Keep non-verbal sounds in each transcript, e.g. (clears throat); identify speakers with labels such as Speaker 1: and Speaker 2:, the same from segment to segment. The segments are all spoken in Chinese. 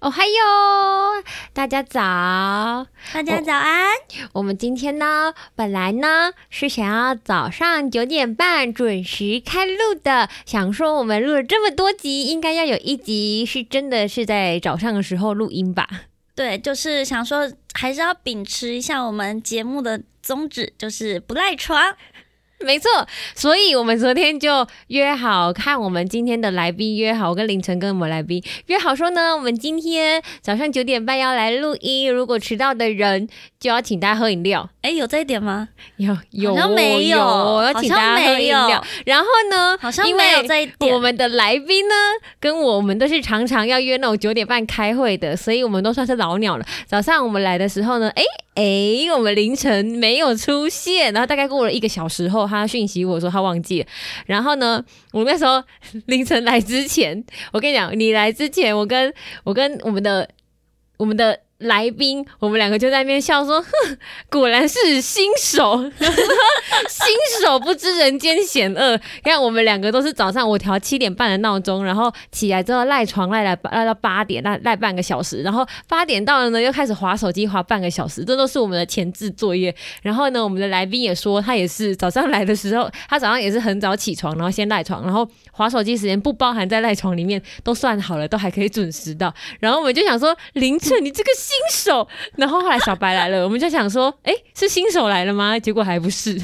Speaker 1: 哦嗨哟，大家早！
Speaker 2: 大家早安，
Speaker 1: 我们今天呢，本来呢是想要早上九点半准时开录的，想说我们录了这么多集，应该要有一集是真的是在早上的时候录音吧？
Speaker 2: 对，就是想说还是要秉持一下我们节目的宗旨，就是不赖床。
Speaker 1: 没错，所以我们昨天就约好，看我们今天的来宾约好，我跟凌晨跟我们来宾约好说呢，我们今天早上九点半要来录音，如果迟到的人就要请大家喝饮料。
Speaker 2: 哎，有这一点吗？
Speaker 1: 有有
Speaker 2: 好像没有
Speaker 1: 我要
Speaker 2: 好
Speaker 1: 请
Speaker 2: 像
Speaker 1: 大家喝
Speaker 2: 没
Speaker 1: 饮
Speaker 2: 有
Speaker 1: 料。然后呢，
Speaker 2: 好像
Speaker 1: 因
Speaker 2: 没有
Speaker 1: 为
Speaker 2: 这一
Speaker 1: 我
Speaker 2: 点。
Speaker 1: 们的来宾呢，跟我们都是常常要约那种九点半开会的，所以我们都算是老鸟了。早上我们来的时候呢，哎哎，我们凌晨没有出现，然后大概过了一个小时后，他讯息我说他忘记了。然后呢，我那时候凌晨来之前，我跟你讲，你来之前，我跟我跟我们的我们的。来宾，我们两个就在那边笑说：“哼，果然是新手， (laughs) 新手不知人间险恶。”你看，我们两个都是早上我调七点半的闹钟，然后起来之后赖床赖来赖到八点，赖赖半个小时，然后八点到了呢又开始划手机划半个小时，这都是我们的前置作业。然后呢，我们的来宾也说他也是早上来的时候，他早上也是很早起床，然后先赖床，然后划手机时间不包含在赖床里面，都算好了，都还可以准时到。然后我们就想说，林晨你这个新手，然后后来小白来了，我们就想说，哎，是新手来了吗？结果还不是。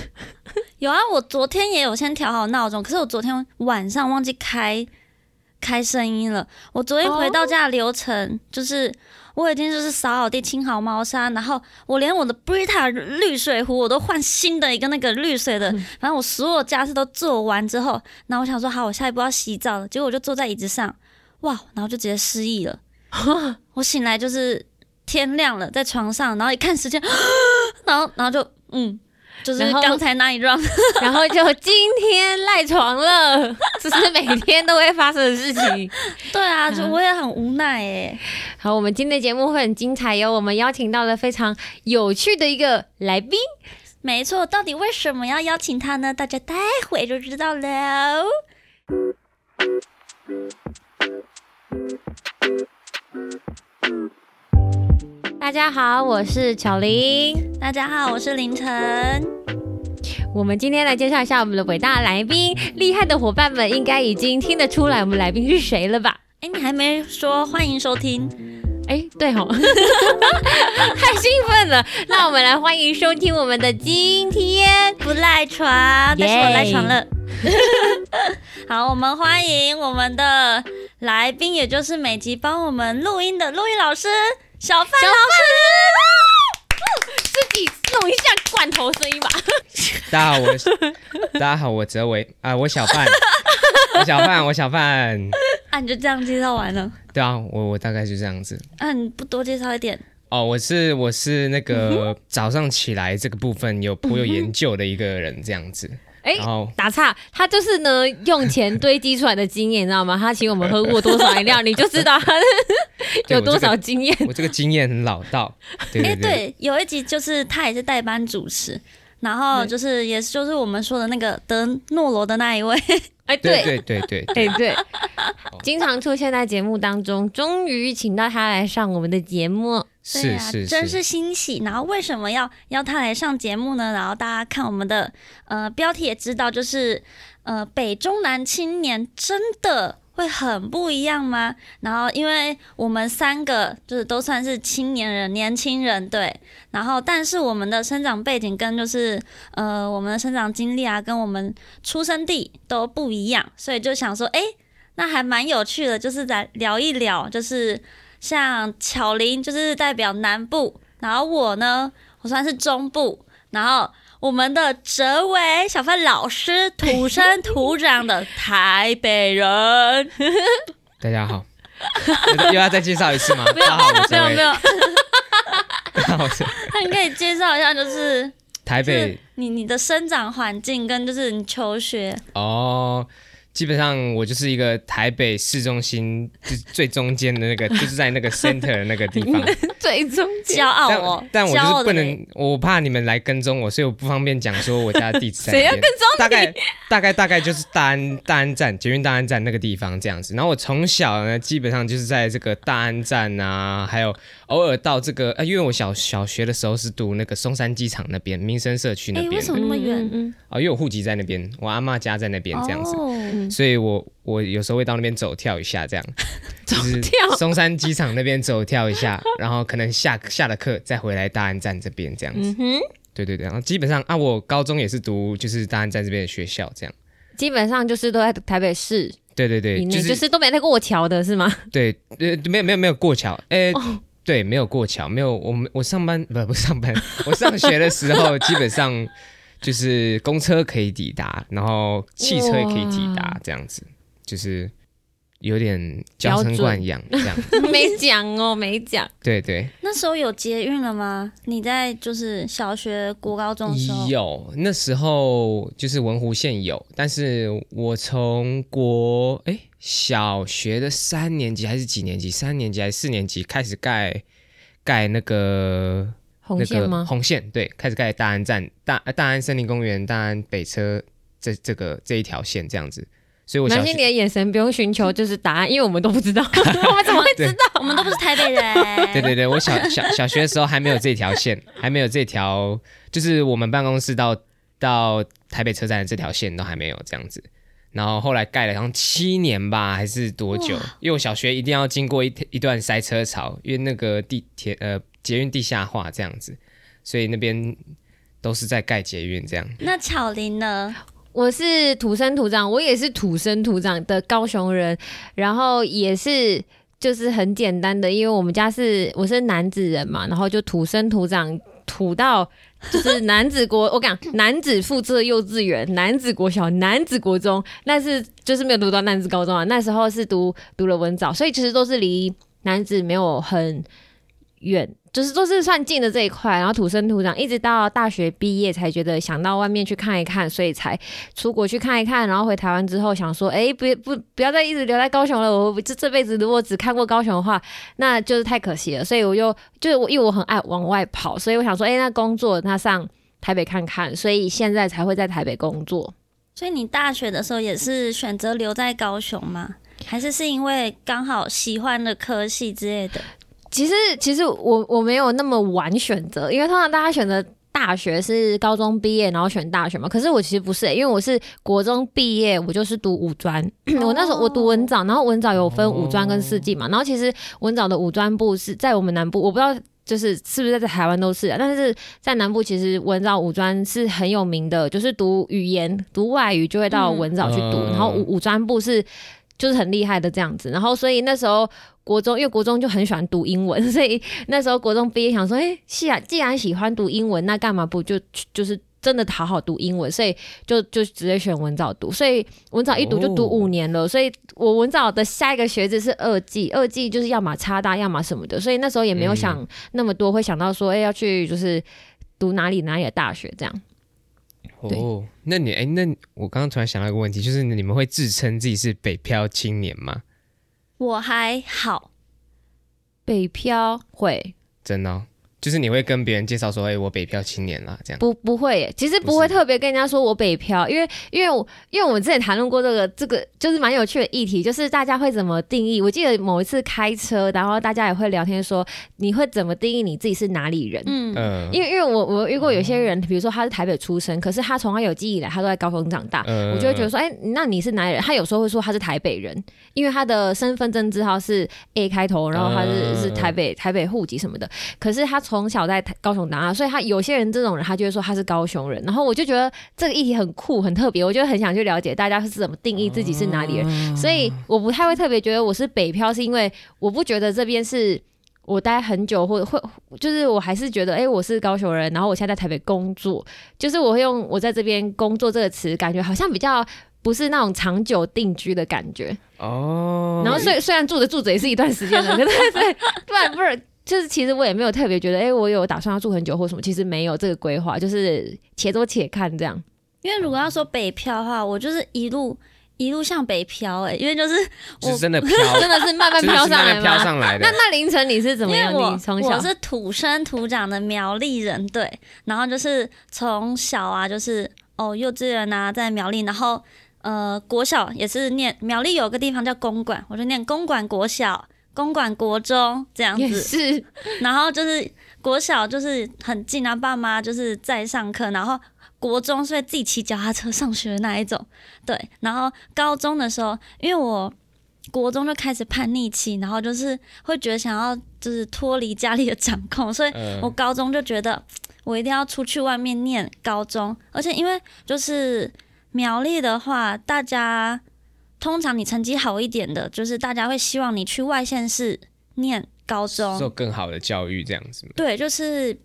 Speaker 2: 有啊，我昨天也有先调好闹钟，可是我昨天晚上忘记开开声音了。我昨天
Speaker 1: 哦
Speaker 2: 回到家的流程、就是。我已经就是扫好地、清好猫砂，然后我连我的 Brita 滤水壶我都换新的一个那个滤水的，反正我所有家事都做完之后，然后我想说好，我下一步要洗澡了，结果我就坐在椅子上，哇，然后就直接失忆了。 (laughs) 我醒来就是天亮了，在床上，然后一看时间， (gasps) 然后然后就嗯，就是
Speaker 1: 然后
Speaker 2: 刚才那一 round
Speaker 1: 然后就今天赖床了，这是每天都会发生的事情。
Speaker 2: 对啊，就
Speaker 1: 嗯
Speaker 2: 我也很无奈哎、
Speaker 1: 好，我们今天的节目会很精彩哟，我们邀请到了非常有趣的一个来宾。
Speaker 2: 没错，到底为什么要邀请他呢？大家待会就知道了。
Speaker 1: 大家好，我是巧玲。
Speaker 2: 大家好，我是凌晨。哎
Speaker 1: 我们今天来介绍一下我们的伟大来宾，厉害的伙伴们应该已经听得出来我们来宾是谁了吧？
Speaker 2: 哎，你还没说欢迎收听，
Speaker 1: 哎，对 (laughs) 吼，太兴奋了！那我们来欢迎收听我们的今天。
Speaker 2: 不赖床，但是我
Speaker 1: 耶
Speaker 2: 赖床了。 (laughs) 好，我们欢迎我们的来宾，也就是每集帮我们录音的录音老师小范
Speaker 1: 小
Speaker 2: 老
Speaker 1: 自己弄一下罐头声音吧。
Speaker 3: 大家好，我是大家好，我哲维啊、我小
Speaker 2: (laughs)
Speaker 3: 范，我小范，我小范，
Speaker 2: 啊，你就这样介绍完了。
Speaker 3: 对啊，我我大概就这样子。
Speaker 2: 啊，你不多介绍一点？
Speaker 3: 哦，我是我是那
Speaker 2: 嗯
Speaker 3: 个早上起来这个部分有颇有研究的一个人，这样子。
Speaker 2: 嗯
Speaker 1: 哎
Speaker 3: 然后
Speaker 1: 打岔，他就是呢用钱堆积出来的经验，你知道吗？他请我们喝过多少饮料，你就知道他
Speaker 3: 对
Speaker 1: 有多
Speaker 3: 我
Speaker 1: 少
Speaker 3: 这个
Speaker 1: 经验。
Speaker 3: 我这个经验很老道，对
Speaker 2: 哎、
Speaker 3: 对对，
Speaker 2: 对，有一集就是他也是代班主持，然后就是也是就是我们说的那个德诺罗的那一位，
Speaker 1: 哎，
Speaker 3: 对
Speaker 1: 对，
Speaker 3: 对对对对
Speaker 1: 哎对，经常出现在节目当中，终于请到他来上我们的节目。
Speaker 2: 对
Speaker 3: 是
Speaker 2: 啊
Speaker 3: 是
Speaker 2: 真
Speaker 3: 是
Speaker 2: 是欣喜。然后为什么要邀他来上节目呢？然后大家看我们的呃标题也知道，就是呃北中南青年真的。会很不一样吗？然后，因为我们三个就是都算是青年人、年轻人，对。然后，但是我们的生长背景跟就是呃我们的生长经历啊，跟我们出生地都不一样，所以就想说，哎，那还蛮有趣的，就是来聊一聊，就是像巧玲就是代表南部，然后我呢，我算是中部，然后我们的哲伟小范老师土生土长的台北人，
Speaker 3: 大家好， (laughs) 又又要再介绍一次吗？大家好，我
Speaker 2: (laughs) 没
Speaker 3: 哲
Speaker 2: 有
Speaker 3: 维
Speaker 2: 没，有，
Speaker 3: 大家好，我是
Speaker 2: 那你可以介绍一下，就是
Speaker 3: 台
Speaker 2: 就是
Speaker 3: 北
Speaker 2: 你你的生长环境跟就是你求学，
Speaker 3: 哦，基本上我就是一 (laughs) 个台北市中心就是最中间的那个，就是在那个 center 的那个地
Speaker 1: (laughs)
Speaker 3: 方。
Speaker 1: 最中间
Speaker 2: 骄。傲
Speaker 3: 但
Speaker 2: 哦，
Speaker 3: 但我
Speaker 2: 骄
Speaker 3: 就
Speaker 2: 傲
Speaker 3: 是不
Speaker 2: 的
Speaker 3: 能
Speaker 2: 人，，
Speaker 3: 我怕你们来跟踪我，所以我不方便讲说我家的地址
Speaker 2: (laughs)
Speaker 3: 在
Speaker 1: 谁要
Speaker 3: 哪边。大概大概大概就是大安大安站捷运大安站那个地方这样子。然后我从小呢，基本上就是在这个大安站啊，还有偶尔到这个，呃，因为我小小学的时候是读那个松山机场那边民生社区那
Speaker 2: 哎
Speaker 3: 边
Speaker 2: 为什
Speaker 3: 啊、
Speaker 2: 么那么远
Speaker 1: 嗯嗯
Speaker 3: 因为我户籍在那边，我阿嬷家在那边这样子。
Speaker 2: 哦，
Speaker 3: 所以我我有时候会到那边走跳一
Speaker 1: (laughs)
Speaker 3: 下，这样就是
Speaker 1: 跳
Speaker 3: 松山机场那边走跳一下，然后可能下下了课再回来大安站这边这样子。
Speaker 1: 嗯哼，
Speaker 3: 对对对，然后基本上啊，我高中也是读就是大安站这边的学校，这样。
Speaker 1: 基本上就是都在台北市
Speaker 3: 对对
Speaker 1: 以
Speaker 3: 对，
Speaker 1: 内，
Speaker 3: 就、
Speaker 1: 就是是都没在过桥的是吗？ (laughs)
Speaker 3: 对呃没有没有没有过桥，
Speaker 2: 哦
Speaker 3: 呃、对没有过桥，没有我们我上班不不上班，我上学的时候基本上。就是公车可以抵达，然后汽车也可以抵达
Speaker 1: 哇，
Speaker 3: 这样子就是有点娇
Speaker 1: 标
Speaker 3: 生
Speaker 1: 准
Speaker 3: 惯养这样。
Speaker 1: 没讲哦，没讲。
Speaker 3: 对对，
Speaker 2: 那时候有捷运了吗？你在就是小学、国高中的时候，
Speaker 3: 有那时候就是文湖线有，但是我从国哎、小学的三年级还是几年级，三年级还是四年级开始盖盖那个
Speaker 1: 红线
Speaker 3: 那个
Speaker 1: 吗？
Speaker 3: 红线对，开始盖大安站大呃大安森林公园、大安北车这这个这一条线这样子，所以我
Speaker 1: 男
Speaker 3: 小
Speaker 1: 性你
Speaker 3: 学
Speaker 1: 的眼神不用寻求就是答案，因为我们都不知 (laughs) 道，我们怎么会知道？
Speaker 2: 我们都不是台北人，
Speaker 3: 对对对，我小 (laughs) 小小学的时候还没有这条线，还没有这条，就是我们办公室到到台北车站的这条线都还没有这样子。然后后来盖了，好像七年吧，还是多久？因为我小学一定要经过一一段塞车潮，因为那个地铁呃捷运地下化这样子，所以那边都是在盖捷运这样。
Speaker 2: 那巧玲呢？
Speaker 1: 我是土生土长，我也是土生土长的高雄人，然后也是就是很简单的，因为我们家是我是男子人嘛，然后就土生土长。土到就是男子国，我讲男子复制幼稚园、男子国小、男子国中，那是就是没有读到男子高中啊。那时候是读读了文藻，所以其实都是离男子没有很远，就是都是算近的这一块。然后土生土长，一直到大学毕业才觉得想到外面去看一看，所以才出国去看一看，然后回台湾之后想说，哎，不不不要再一直留在高雄了。我这这辈子如果只看过高雄的话，那就是太可惜了。所以我又就是我因为我很爱往外跑，所以我想说，哎，那工作那上台北看看，所以现在才会在台北工作。
Speaker 2: 所以你大学的时候也是选择留在高雄吗？还是是因为刚好喜欢的科系之类的？
Speaker 1: 其实其实我我没有那么晚选择，因为通常大家选择。大学是高中毕业，然后选大学嘛。可是我其实不是、因为我是国中毕业，我就是读五专。 (clears throat) 我那时候我读文藻，然后文藻有分五专跟四技嘛。然后其实文藻的五专部是在我们南部，我不知道就是是不是在台湾都是、啊，但是在南部其实文藻五专是很有名的，就是读语言、读外语就会到
Speaker 2: 嗯
Speaker 1: 文藻去读，
Speaker 3: 嗯
Speaker 1: 然后五五专部是就是很厉害的这样子。然后所以那时候国中，因为国中就很喜欢读英文， (laughs) 所以那时候国中毕业想说，哎、既然既然喜欢读英文，那干嘛不就就是真的好好读英文？所以就就直接选文藻读，所以文藻一读就读
Speaker 3: 哦
Speaker 1: 五年了，所以我文藻的下一个学制是二技，二技就是要么插大，要么什么的，所以那时候也没
Speaker 3: 嗯
Speaker 1: 有想那么多，会想到说，哎、要去就是读哪里哪里的大学这样。对
Speaker 3: 哦，那你哎，那我刚刚突然想到一个问题，就是你们会自称自己是北漂青年吗？
Speaker 2: 我还好，
Speaker 1: 北漂会
Speaker 3: 真的哦、就是你会跟别人介绍说，哎，我北漂青年啦，这样。
Speaker 1: 不不会耶？其实不
Speaker 3: 不
Speaker 1: 会
Speaker 3: 是
Speaker 1: 特别跟人家说我北漂，因为因为我因为我们之前谈论过这个这个就是蛮有趣的议题，就是大家会怎么定义？我记得某一次开车，然后大家也会聊天说，你会怎么定义你自己是哪里人？
Speaker 2: 嗯，
Speaker 3: 嗯哦
Speaker 1: 因为因为我我遇过有些人，比如说他是台北出生，可是他从他有记忆以来，他都在高雄长大，
Speaker 3: 嗯
Speaker 1: 我就会觉得说，哎、那你是哪里人？他有时候会说他是台北人，因为他的身份证字号是 A 开头，然后他是、
Speaker 3: 嗯
Speaker 1: 是台北台北户籍什么的。可是他从小在台高雄长大，所以他有些人这种人，他就会说他是高雄人。然后我就觉得这个议题很酷很特别，我就很想去了解大家是怎么定义自己是哪里人。
Speaker 3: 嗯
Speaker 1: 所以我不太会特别觉得我是北漂，是因为我不觉得这边是我待很久，或会就是我还是觉得，哎、我是高雄人，然后我现在在台北工作，就是我会用我在这边工作这个词，感觉好像比较。不是那种长久定居的感觉，
Speaker 3: 哦，
Speaker 1: 然后虽虽然住着住着也是一段时间了，可是 (laughs) 对，不然不然就是其实我也没有特别觉得，哎、我有打算要住很久或什么，其实没有这个规划，就是且走且看这样。
Speaker 2: 因为如果要说北漂的话，我就是一路一路向北飘，哎，因为就是
Speaker 3: 就是
Speaker 2: 我
Speaker 3: 真的飘，
Speaker 1: 真的是 (laughs) 慢慢
Speaker 3: 真的
Speaker 1: 飘
Speaker 3: 哦
Speaker 1: 上
Speaker 3: 是慢
Speaker 1: 来
Speaker 3: 慢飘
Speaker 1: 吗？
Speaker 3: 上来的
Speaker 1: 那。那凌晨你是怎么
Speaker 2: 因
Speaker 1: 样？
Speaker 2: 为我
Speaker 1: 你从小
Speaker 2: 我是土生土长的苗栗人，对，然后就是从小啊，就是哦幼稚园啊在苗栗，然后呃国小也是念苗栗有个地方叫公馆，我就念公馆国小、公馆国中这样
Speaker 1: 也
Speaker 2: 子，
Speaker 1: 是
Speaker 2: 然后就是国小就是很近啊，爸妈就是在上课，然后国中是会自己骑脚踏车上学的那一种，对。然后高中的时候，因为我国中就开始叛逆期，然后就是会觉得想要就是脱离家里的掌控，所以
Speaker 3: 嗯
Speaker 2: 我高中就觉得我一定要出去外面念高中，而且因为就是苗栗的话，大家通常你成绩好一点的，就是大家会希望你去外县市念高中，
Speaker 3: 受更好的教育这样子嘛。
Speaker 2: 对，就是，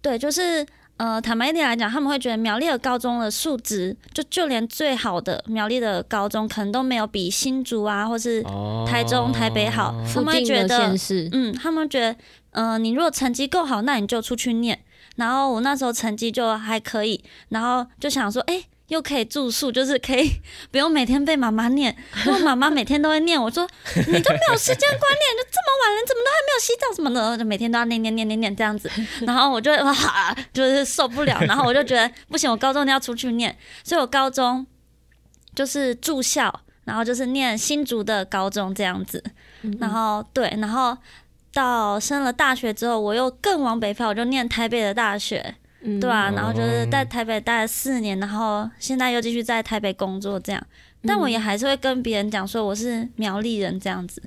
Speaker 2: 对，就是，呃，坦白一点来讲，他们会觉得苗栗的高中的素质，就就连最好的苗栗的高中，可能都没有比新竹啊，或是
Speaker 3: 哦
Speaker 2: 台中台北好他
Speaker 1: 附
Speaker 2: 们会
Speaker 1: 近的
Speaker 2: 觉得
Speaker 1: 县市，
Speaker 2: 嗯，他们觉得，呃，你如果成绩够好，那你就出去念。然后我那时候成绩就还可以，然后就想说，哎、又可以住宿，就是可以不用每天被妈妈念， (laughs) 因为妈妈每天都会念我说，你都没有时间观念，就这么晚了，你怎么都还没有洗澡什么的，就每天都要念念念念念这样子。然后我就哇，就是受不了，然后我就觉得不行，我高中一定要出去念，所以我高中就是住校，然后就是念新竹的高中这样子。
Speaker 1: 嗯
Speaker 2: 然后对，然后到升了大学之后，我又更往北漂，我就念台北的大学，
Speaker 1: 嗯
Speaker 2: 对啊，
Speaker 3: 嗯
Speaker 2: 然后就是在台北待了四年，然后现在又继续在台北工作这样。但
Speaker 1: 嗯
Speaker 2: 我也还是会跟别人讲说我是苗栗人这样子，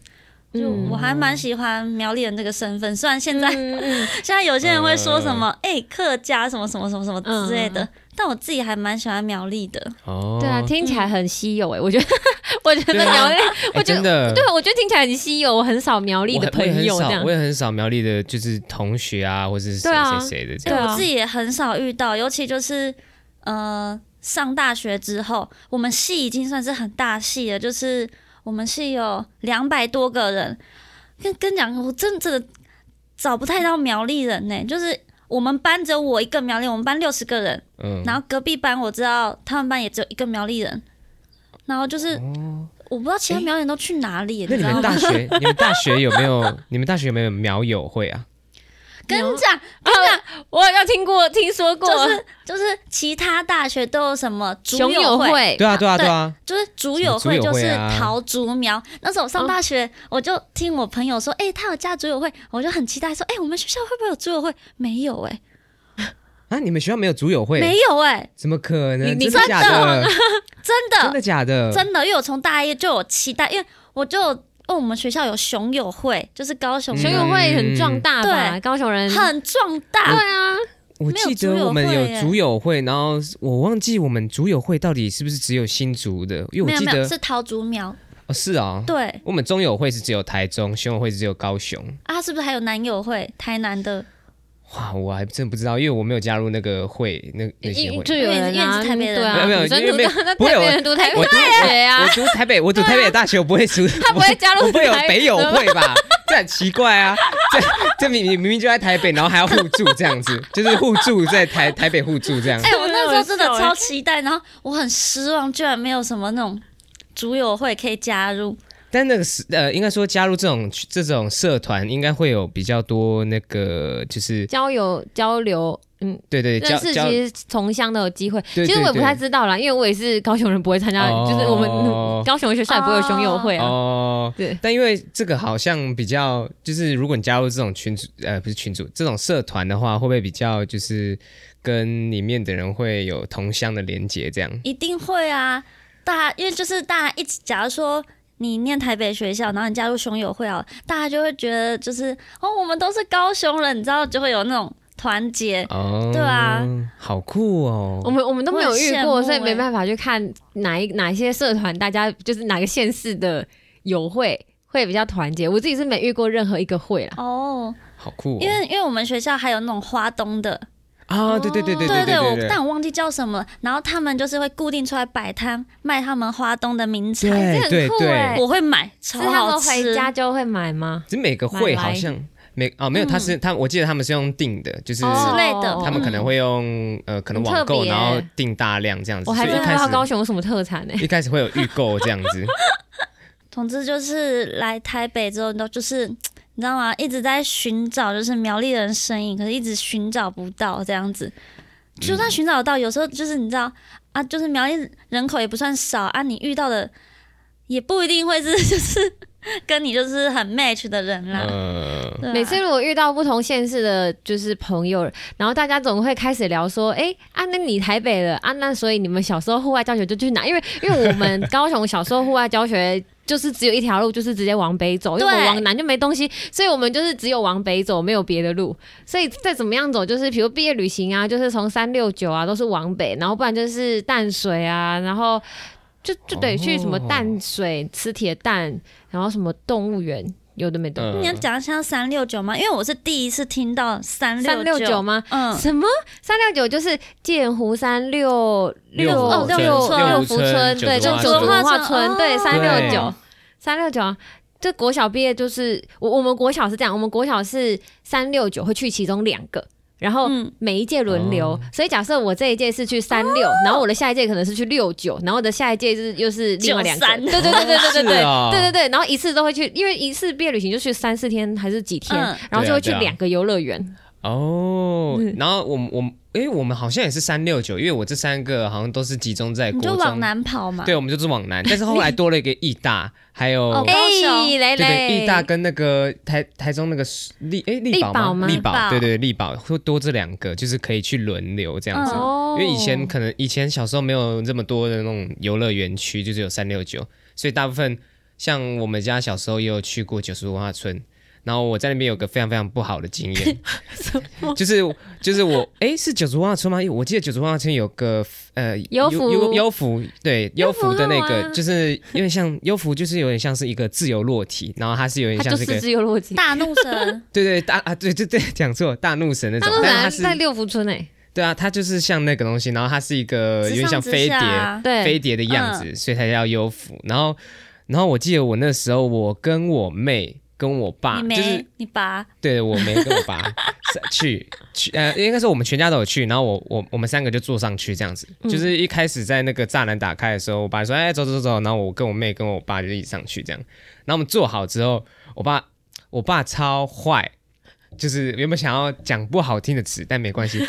Speaker 2: 就
Speaker 1: 嗯
Speaker 2: 我还蛮喜欢苗栗人这个身份，虽然现在、
Speaker 1: 嗯嗯
Speaker 2: (laughs) 现在有些人会说什么哎、客家什么什么什么什么之类的，
Speaker 1: 嗯
Speaker 2: 但我自己还蛮喜欢苗栗的。
Speaker 3: 哦，
Speaker 1: 对啊，听起来很稀有哎，我觉得 (laughs) 我觉得
Speaker 3: 对啊
Speaker 1: 苗栗，
Speaker 3: 哎
Speaker 1: 我觉
Speaker 3: 真
Speaker 1: 得。
Speaker 3: 的
Speaker 1: 对，我觉得听起来很稀有，我很少苗栗
Speaker 3: 我
Speaker 1: 的
Speaker 3: 很我也
Speaker 1: 朋
Speaker 3: 很
Speaker 1: 友这
Speaker 3: 少
Speaker 1: 样
Speaker 3: 我。也很少苗栗的，就是同学啊，或者是谁
Speaker 1: 对啊
Speaker 3: 谁谁的这
Speaker 2: 对
Speaker 3: 样。
Speaker 1: 啊
Speaker 2: 我自己也很少遇到，尤其就是呃上大学之后，我们系已经算是很大系了，就是我们系有两百多个人。跟跟你讲，我真真的找不太到苗栗人呢、就是我们班只有我一个苗栗，我们班六十个人，
Speaker 3: 嗯，
Speaker 2: 然后隔壁班我知道他们班也只有一个苗栗人，然后就是
Speaker 3: 哦，
Speaker 2: 我不知道其他苗栗人都去哪里、
Speaker 3: 那
Speaker 2: 你
Speaker 3: 你
Speaker 2: 知道
Speaker 3: 们
Speaker 2: 吗？
Speaker 3: 大
Speaker 1: (laughs)
Speaker 3: 学，你们大学有没有？你们大学有没有苗友会啊？
Speaker 2: 跟你讲，
Speaker 1: 我有听过，听说过，
Speaker 2: 就是就是其他大学都有什么竹
Speaker 1: 熊友
Speaker 2: 友会，
Speaker 1: 会，
Speaker 3: 对啊，对啊，对啊。
Speaker 2: 就是竹友会
Speaker 3: 什么
Speaker 2: 就
Speaker 3: 竹友会
Speaker 2: 是
Speaker 3: 啊
Speaker 2: 桃竹苗。那时候我
Speaker 1: 哦
Speaker 2: 上大学，我就听我朋友说，哎、他有加竹友会，我就很期待说，哎、我们学校会不会有竹友会？没有哎、
Speaker 3: 啊，你们学校没有组友会？
Speaker 2: 没有哎、
Speaker 3: 怎么可
Speaker 1: 你
Speaker 3: 能？
Speaker 1: 你
Speaker 3: 真的假的？
Speaker 2: 真
Speaker 3: 真
Speaker 2: 的
Speaker 3: 的假的？
Speaker 2: 真的，因为我从大一就有期待，因为我就有哦，我们学校有熊友会，就是高雄
Speaker 1: 熊
Speaker 2: 的
Speaker 1: 友会很壮大吧？
Speaker 2: 对
Speaker 1: 高雄人
Speaker 2: 很壮
Speaker 1: (laughs) 对
Speaker 2: 大，
Speaker 1: 啊，
Speaker 3: 我
Speaker 2: 没有
Speaker 3: 记
Speaker 2: 组友
Speaker 3: 得我们
Speaker 2: 会耶
Speaker 3: 有组友会，然后我忘记我们组友会到底是不是只有新竹的，因
Speaker 2: 没
Speaker 3: 为我
Speaker 2: 有
Speaker 3: 记
Speaker 2: 没有
Speaker 3: 得
Speaker 2: 是桃竹苗，
Speaker 3: 哦是啊，
Speaker 2: 对
Speaker 3: 我们中友会是只有台中，熊友会是只有高雄。
Speaker 2: 啊，是不是还有南友会？台南的，
Speaker 3: 哇，我还真不知道，因为我没有加入那个会，那那些
Speaker 1: 因
Speaker 3: 会。
Speaker 1: 就有人
Speaker 2: 因为
Speaker 1: 啊，
Speaker 2: 是台北人
Speaker 1: 对啊，
Speaker 3: 没有没有
Speaker 1: 女生
Speaker 3: 因为
Speaker 1: 读
Speaker 3: 没有
Speaker 1: 到那
Speaker 3: 不会
Speaker 1: 台
Speaker 3: 有
Speaker 1: 北人读台北
Speaker 3: 我读我
Speaker 1: 学啊
Speaker 3: 我，读台北，我读台北的大学，我不会读，
Speaker 1: 他不会加入
Speaker 3: 我不会有
Speaker 1: 台
Speaker 3: 北友
Speaker 1: 怎么
Speaker 3: 会吧？这很奇怪啊！这这明明明明就在台北，然后还要互助这样子，就是互助在台台北互助这样。
Speaker 2: 哎、我那时候真的
Speaker 1: 很好笑
Speaker 2: 超期待，然后我很失望，居然没有什么那种竹友会可以加入。
Speaker 3: 但那个是呃，应该说加入这种这种社团，应该会有比较多那个，就是
Speaker 1: 交友交流，嗯，
Speaker 3: 对对
Speaker 1: 认
Speaker 3: 交
Speaker 1: 识
Speaker 3: 交
Speaker 1: 其实同乡都有机会。
Speaker 3: 对
Speaker 1: 其实我也不
Speaker 3: 对
Speaker 1: 太知道啦，因为我也是高雄人，不会参加，
Speaker 3: 哦
Speaker 1: 就是我们嗯高雄的学校也不会有熊友会啊。
Speaker 3: 哦。
Speaker 1: 对，
Speaker 3: 但因为这个好像比较，就是如果你加入这种群组，呃，不是群组，这种社团的话，会不会比较就是跟里面的人会有同乡的连结这样？
Speaker 2: 一定会啊，大家因为就是大家一起，假如说。你念台北学校，然后你加入熊友会啊，大家就会觉得就是哦，我们都是高雄人，你知道就会有那种团结。
Speaker 3: 哦，
Speaker 2: 对啊，
Speaker 3: 好酷哦。
Speaker 1: 我们我们都没有遇
Speaker 2: 我
Speaker 1: 过，
Speaker 2: 很羡慕
Speaker 1: 所以没
Speaker 2: 欸
Speaker 1: 办法去看哪一哪一些社团，大家就是哪个县市的友会会比较团结。我自己是没遇过任何一个会啦。
Speaker 2: 哦，
Speaker 3: 好酷、哦，
Speaker 2: 因为因为我们学校还有那种花东的，
Speaker 3: 啊，对对对对
Speaker 1: 哦
Speaker 2: 对
Speaker 3: 对
Speaker 2: 我但我忘记叫什么，然后他们就是会固定出来摆摊卖他们花东的名产，
Speaker 1: 这
Speaker 3: 对
Speaker 1: 很
Speaker 3: 对
Speaker 1: 酷欸
Speaker 3: 对，
Speaker 2: 我会买，
Speaker 1: 是
Speaker 2: 超
Speaker 1: 他
Speaker 2: 好
Speaker 1: 们
Speaker 2: 吃。
Speaker 1: 回家就会买吗？
Speaker 3: 这每个会好像没哦没有，他是他，我记得他们是用订的，就是
Speaker 1: 嗯哦
Speaker 2: 之类的
Speaker 3: 他们可能会用呃可能网
Speaker 1: 很特
Speaker 3: 购，
Speaker 1: 别
Speaker 3: 然后订大量这样子，
Speaker 1: 我还
Speaker 3: 所以
Speaker 1: 真
Speaker 3: 一
Speaker 1: 的不知
Speaker 3: 开
Speaker 1: 道
Speaker 3: 始
Speaker 1: 高雄有什么特产呢、
Speaker 3: 一开始会有预购这
Speaker 1: (laughs)
Speaker 3: 样子，
Speaker 2: 总之就是来台北之后，你都就是你知道吗？一直在寻找就是苗栗人身影，可是一直寻找不到这样子。就算寻找得到，有时候就是你知道啊，就是苗栗人口也不算少啊，你遇到的也不一定会是就是跟你就是很
Speaker 3: (laughs)
Speaker 2: match 的人啦。
Speaker 3: 呃，
Speaker 2: 对啊
Speaker 1: 每次如果遇到不同县市的，就是朋友，然后大家总会开始聊说，哎、啊，那你台北的啊，那所以你们小时候户外教学就去哪？因为 (laughs) 因为我们高雄小时候户外教学就是只有一条路，就是直接往北走，因为我们
Speaker 2: 对
Speaker 1: 往南就没东西，所以我们就是只有往北走，没有别的路。所以再怎么样走，就是比如毕业旅行啊，就是从三六九啊都是往北，然后不然就是淡水啊，然后就就得去什么
Speaker 3: 哦
Speaker 1: 淡水吃铁蛋，然后什么动物园，有的没的。
Speaker 3: 嗯
Speaker 2: 你要讲像三六九吗？因为我是第一次听到三
Speaker 1: 三六
Speaker 2: 六
Speaker 1: 九，吗？
Speaker 2: 嗯，
Speaker 1: 什么三六九就是剑湖山六
Speaker 3: 六
Speaker 1: 六
Speaker 3: 福
Speaker 1: 哦
Speaker 2: 村
Speaker 1: 六
Speaker 2: 六
Speaker 1: 六
Speaker 3: 福
Speaker 1: 福村
Speaker 3: 村
Speaker 1: 对，
Speaker 3: 九
Speaker 1: 就
Speaker 3: 族
Speaker 1: 九族
Speaker 2: 文
Speaker 1: 文
Speaker 2: 化
Speaker 1: 化
Speaker 2: 村
Speaker 1: 村对
Speaker 2: 哦
Speaker 1: 三六
Speaker 3: 对
Speaker 1: 九三六九。这国小毕业就是我我们国小是这样，我们国小是三六九会去其中两个，然后
Speaker 2: 嗯
Speaker 1: 每一届轮流，
Speaker 3: 哦
Speaker 1: 所以假设我这一届是去三
Speaker 2: 哦
Speaker 1: 六、然后我的下一届可能是去六九，然后我的下一届是又是另外两个，
Speaker 2: 93
Speaker 1: 对对对对对对对、
Speaker 3: 是哦
Speaker 1: 对对对，然后一次都会去，因为一次毕业旅行就去三四天还是几天，
Speaker 2: 嗯
Speaker 1: 然后就会去
Speaker 3: 对啊对啊
Speaker 1: 两个游乐园，
Speaker 3: 哦
Speaker 1: 嗯，
Speaker 3: 然后我们我们，诶，我们好像也是三六九，因为我这三个好像都是集中在
Speaker 2: 你
Speaker 3: 国
Speaker 2: 就往
Speaker 3: 中，
Speaker 2: 南跑嘛。
Speaker 3: 对，我们就是往南，但是后来多了一个义大，还有
Speaker 2: 哦高雄
Speaker 1: 哎，蕾
Speaker 3: 对对，
Speaker 1: 蕾，
Speaker 3: 义大跟那个台台中那个力哎力
Speaker 1: 力宝
Speaker 3: 宝
Speaker 1: 吗
Speaker 3: 力
Speaker 2: 力宝
Speaker 3: 宝，对对力宝会多这两个，就是可以去轮流这样子。
Speaker 1: 哦
Speaker 3: 因为以前可能以前小时候没有这么多的那种游乐园区，就是有三六九，所以大部分像我们家小时候也有去过九十文化村。然后我在那边有个非常非常不好的经验，就是就是我哎是九十文化村吗？因为我记得九十文化村有个呃
Speaker 1: 优福
Speaker 3: 优优福对
Speaker 1: 优
Speaker 3: 优
Speaker 1: 福
Speaker 3: 福的那
Speaker 1: 很好
Speaker 3: 个
Speaker 1: 啊
Speaker 3: 就是有点像优福，就是有点像是一个自由落体，然后它是有点
Speaker 1: 他
Speaker 3: 像
Speaker 1: 就是
Speaker 3: 一个
Speaker 1: 四肢又落体。
Speaker 2: 大
Speaker 3: (laughs)
Speaker 2: 怒神
Speaker 3: 对对大啊对对对讲错大怒神那
Speaker 1: 他
Speaker 3: 种
Speaker 1: 都，
Speaker 3: 但
Speaker 1: 来
Speaker 3: 是
Speaker 1: 在
Speaker 3: 它是
Speaker 1: 六福村
Speaker 2: 欸
Speaker 1: 诶，
Speaker 3: 对啊，它就是像那个东西，然后它是一个呃有
Speaker 2: 直
Speaker 3: 点
Speaker 2: 上
Speaker 3: 像
Speaker 2: 直
Speaker 3: 飞碟，
Speaker 2: 下，
Speaker 1: 对，
Speaker 3: 飞碟的样子，所以才叫优芙。然后，然后我记得我那时候，我跟我妹跟我爸，
Speaker 2: 你
Speaker 3: 啊就是
Speaker 2: 没你拔，
Speaker 3: 对我妹跟我爸是去去，呃，应该是我们全家都有去。然后我我我们三个就坐上去这样子，就是一开始在那个栅栏打开的时候，我爸说：“哎，走走走走。”然后我跟我妹跟我爸就一起上去这样。然后我们坐好之后，我爸我爸超坏。就是原本想要讲不好听的词，但没关系，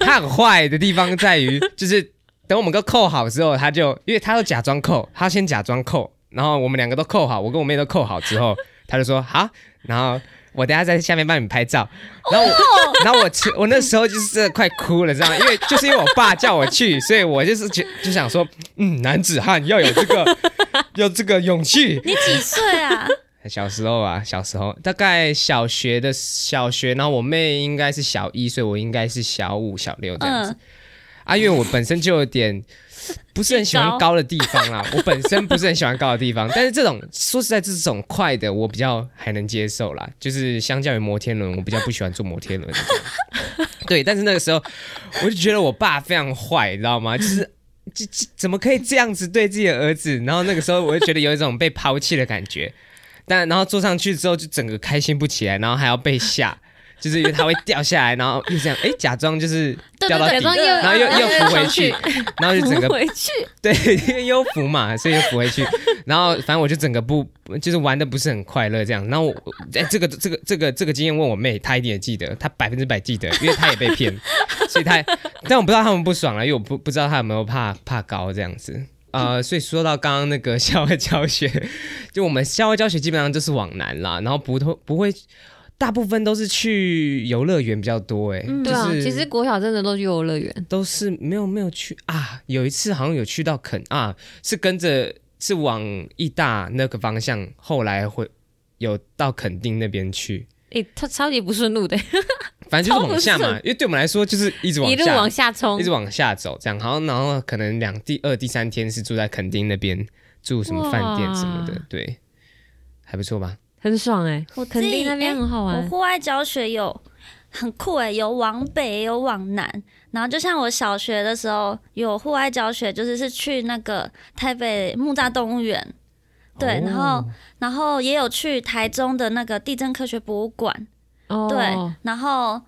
Speaker 3: 他很坏的地方在于，就是等我们都扣好之后，他就因为他要假装扣，他先假装扣，然后我们两个都扣好，我跟我妹都扣好之后，他就说好，然后我等下在下面帮你拍照，然后我、
Speaker 2: 哦
Speaker 3: 然后我吃我那时候就是真的快哭了，知道吗？因为就是因为我爸叫我去，所以我就是就就想说，嗯，男子汉要有这
Speaker 2: (laughs)
Speaker 3: 个要这个勇气。
Speaker 2: 你几岁啊？
Speaker 3: 小时候啊，小时候大概小学的小学，然后我妹应该是小一，所以我应该是小五小六 (laughs) 这样子。
Speaker 2: 嗯，
Speaker 3: 啊，因为我本身就有
Speaker 2: (laughs)
Speaker 3: 点不是很喜欢
Speaker 2: 高
Speaker 3: 高的地方啦，我本身不是很喜欢高的地方，但是这种说实在，这种快的我比较还能接受啦，就是相较于摩天轮，我比较不喜欢坐摩天轮。 (laughs) 对，但是那个时候我就觉得我爸非常坏，你知道吗？就是。这这怎么可以这样子对自己的儿子？然后那个时候我就觉得有一种被抛弃的感觉，但然后坐上去之后就整个开心不起来，然后还要被吓，就是因为他会掉下来，然后又这样哎、假装就是
Speaker 2: 对
Speaker 3: 掉到
Speaker 2: 对
Speaker 3: 底，
Speaker 2: 对，
Speaker 1: 然后又
Speaker 3: (laughs)
Speaker 1: (laughs)
Speaker 3: 然后又又扶回去
Speaker 1: 又，
Speaker 3: 然后就整个
Speaker 1: 回去，
Speaker 3: (laughs) 对，因为又扶嘛，所以又扶回去。然后反正我就整个不就是玩的不是很快乐这样。然后我哎、这个这个这个这个经验问我妹，她一定也记得，她百分之百记得，因为她也被骗，所以她。但我不知道他们不爽了，因为我不不知道她有没有怕怕高这样子。呃，所以说到刚刚那个校外教学， (laughs) 就我们校外教学基本上就是往南啦，然后不通不会，大部分都是去游乐园比较多、哎、
Speaker 2: 嗯
Speaker 1: 对啊
Speaker 3: 就，是
Speaker 1: 其实国小真的都去游乐园，
Speaker 3: 都是没有没有去啊，有一次好像有去到垦啊，是跟着是往义大那个方向，后来会有到垦丁那边去，
Speaker 1: 诶，他哎超级不顺路的，
Speaker 3: 反正就是往下
Speaker 1: 超
Speaker 3: 嘛
Speaker 1: 不，
Speaker 3: 因为对我们来说就是 (laughs) 一直往
Speaker 1: 一路
Speaker 3: 下，
Speaker 1: 往下冲
Speaker 3: 一直，往下走这样，好像然后可能两第二第三天是住在垦丁那边住什么饭店什么的
Speaker 1: 哇，
Speaker 3: 对，还不错
Speaker 1: (laughs)
Speaker 3: 吧？
Speaker 1: 很爽哎，
Speaker 2: 我
Speaker 1: 肯定那边
Speaker 2: 诶
Speaker 1: 很好
Speaker 2: 我
Speaker 1: 玩，
Speaker 2: 户外教学有很酷诶、有往北也有往南。然后就像我小学的时候有户外教学，就是是去那个台北木栅动物园，对
Speaker 3: 哦
Speaker 2: 然后然后也有去台中的那个地震科学博物馆，
Speaker 1: 哦
Speaker 2: 对，然后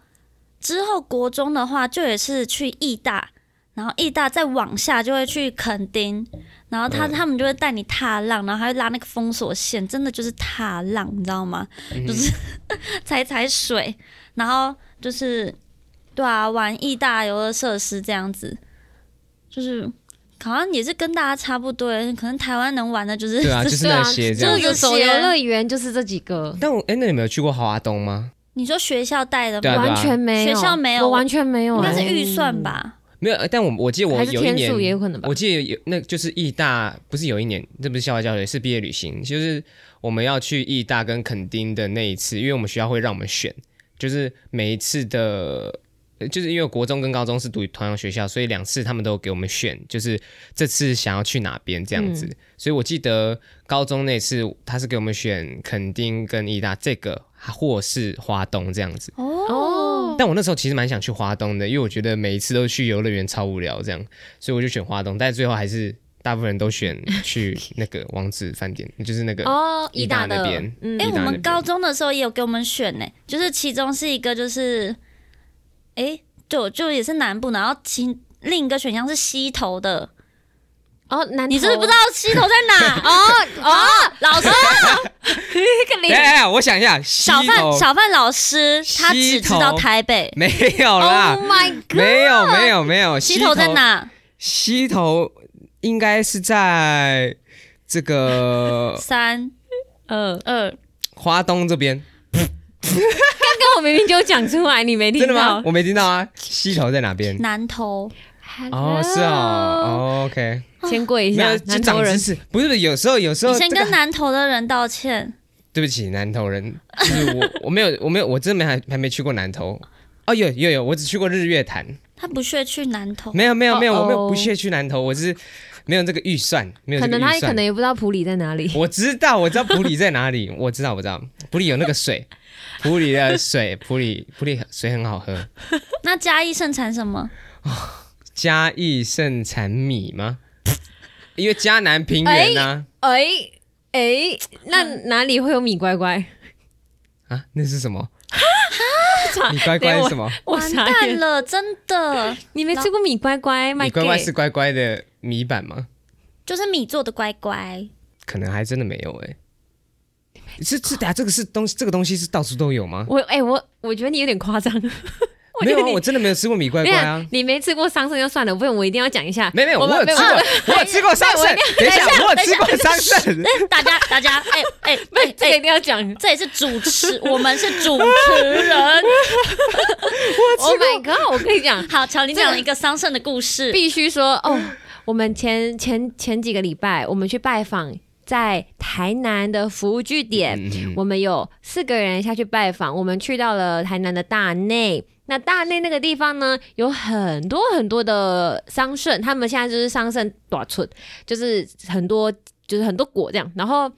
Speaker 2: 之后国中的话，就也是去义大，然后义大再往下就会去垦丁，然后他、
Speaker 3: 嗯
Speaker 2: 他们就会带你踏浪，然后还会拉那个封锁线，真的就是踏浪，你知道吗？
Speaker 3: 嗯
Speaker 2: 就是 (laughs) 踩踩水，然后就是对啊，玩义大游乐设施这样子，就是好像也是跟大家差不多，可能台湾能玩的就是
Speaker 3: 对啊，就是那些这
Speaker 1: 就
Speaker 3: 样
Speaker 1: 是
Speaker 3: 子。
Speaker 1: 有走游乐园，就是这几个，
Speaker 3: 但我哎、那你们有去过华东吗？
Speaker 2: (laughs) 你说学校带的吗？
Speaker 3: 对啊
Speaker 1: 完全没有，
Speaker 2: 学校没有
Speaker 1: 我完全没有
Speaker 2: 应
Speaker 1: 欸，
Speaker 2: 该是预算吧？
Speaker 3: 没有，呃但我我记得我
Speaker 1: 还是
Speaker 3: 有一
Speaker 1: 天数也
Speaker 3: 年，
Speaker 1: 有可能吧
Speaker 3: 我。记得有那就是义大，不是有一年，这不是校外教学，是毕业旅行，就是我们要去义大跟垦丁的那一次，因为我们学校会让我们选，就是每一次的。呃就是因为国中跟高中是读同样学校，所以两次他们都有给我们选，就是这次想要去哪边这样子。所以我记得高中那次他是给我们选垦丁跟义大这个，或是花东这样子。
Speaker 1: 哦，
Speaker 3: 但我那时候其实蛮想去花东的，因为我觉得每一次都去游乐园超无聊，这样，所以我就选花东。但最后还是大部分人都选去那个王子饭店，就是那个
Speaker 1: 哦，
Speaker 3: 义
Speaker 1: 义
Speaker 3: 大
Speaker 1: 大
Speaker 3: 那
Speaker 1: 的
Speaker 3: 边，
Speaker 1: 嗯
Speaker 2: 哎、
Speaker 3: 义大
Speaker 2: 我
Speaker 3: 那
Speaker 2: 们
Speaker 3: 边
Speaker 2: 高中的时候也有给我们选呢、就是其中是一个就是，哎、就就也是南部，然后其另一个选项是西头的，
Speaker 1: 哦，南
Speaker 2: 你是不是不知
Speaker 1: 道
Speaker 2: 道西头在
Speaker 1: (laughs)
Speaker 2: 哪？
Speaker 1: 哦哦，老
Speaker 2: (laughs)
Speaker 1: 师，这个脸
Speaker 3: 等一下等一下，我想一下，西
Speaker 2: 小范
Speaker 3: 头
Speaker 2: 小范老师他只知
Speaker 3: 西
Speaker 2: 道
Speaker 3: 头
Speaker 2: 台北，
Speaker 3: 没有啦
Speaker 1: ，Oh，my god，
Speaker 3: 没有没有没有，
Speaker 2: 西头在？哪？
Speaker 3: 西头应该是在这个
Speaker 2: 三
Speaker 1: 呃，
Speaker 2: 二，
Speaker 3: 花东这边，
Speaker 1: 刚我明明就讲出来，你没听
Speaker 3: 真的
Speaker 1: 到
Speaker 3: 吗？？我没听到啊，西头在
Speaker 2: (laughs)
Speaker 3: 哪边？
Speaker 2: 南投，
Speaker 3: 哦，是哦，哦，OK，
Speaker 1: 先跪一
Speaker 3: 没
Speaker 1: 下
Speaker 3: 有，就
Speaker 1: 南投
Speaker 3: 长知
Speaker 1: 人，
Speaker 3: 识，不是有时候有时候
Speaker 2: 你先
Speaker 3: 这个
Speaker 2: 跟南投的人道歉。
Speaker 3: 对不起，南投人，就是我 (laughs) 我没有我没有我真的没还还没去过南投。哦，有有有，我只去过日月潭，
Speaker 2: 他不屑去南投，
Speaker 3: 没有没有没有，
Speaker 1: 哦哦
Speaker 3: 我没有不屑去南投，我只是没有这个预算，没有
Speaker 1: 可
Speaker 3: 这个
Speaker 1: 能
Speaker 3: 预
Speaker 1: 他
Speaker 3: 算。
Speaker 1: 可能也不知道普里在哪里。
Speaker 3: 我知道我知道普里在哪里， (laughs) 我知道我知道普里有那
Speaker 1: (laughs)
Speaker 3: 个水，普里的水，普里普里水很好喝。
Speaker 2: 那嘉义盛产什么？
Speaker 3: 嘉义盛产米吗？因为嘉南平原啊呐、
Speaker 1: 哎哎，那哪里会有米乖乖？哎
Speaker 3: 啊，那是什么？
Speaker 1: 啊
Speaker 3: 你乖乖是什么？
Speaker 1: (laughs) 我
Speaker 2: 完
Speaker 1: 傻眼
Speaker 2: 蛋了，真的，
Speaker 1: 你没吃过米乖乖卖
Speaker 3: 你乖乖是乖乖的米版吗？
Speaker 2: 就是米做的乖乖。
Speaker 3: 可能还真的没有哎、是是的、啊，这个是东西，这个东西是到处都有吗？
Speaker 1: 我哎、我我觉得你有点夸张。我
Speaker 3: 没
Speaker 1: 觉得
Speaker 3: 有啊，
Speaker 1: 你
Speaker 3: 我真的没有吃过米乖
Speaker 1: 没
Speaker 3: 乖
Speaker 1: 有
Speaker 3: 啊。
Speaker 1: 你没吃过桑葚就算了，不然我一定要讲一下。
Speaker 3: 没没有，
Speaker 1: 我
Speaker 3: 我
Speaker 1: 们
Speaker 3: 有吃
Speaker 1: 没有
Speaker 3: 过，我有吃过桑葚。等一下，我有吃过桑葚。
Speaker 2: 哎，大家 (laughs) 大家，哎哎
Speaker 3: (laughs)
Speaker 1: 没有
Speaker 2: 哎
Speaker 1: 这个一
Speaker 2: 哎，
Speaker 1: 定要讲。
Speaker 2: 这也是主持， (laughs) 我们是主持
Speaker 3: (laughs)
Speaker 2: 人。
Speaker 1: Oh my god！我跟你讲，
Speaker 2: 好，乔林讲了一个桑葚的故事。
Speaker 1: 必须说哦，我们前前前几个礼拜，我们去拜访在台南的服务据点，
Speaker 3: 嗯
Speaker 1: 我们有四个人下去拜访，我们去到了台南的大内。那大内那个地方呢，有很多很多的桑葚，他们现在就是桑葚短寸，就是很多就是很多果这样。然后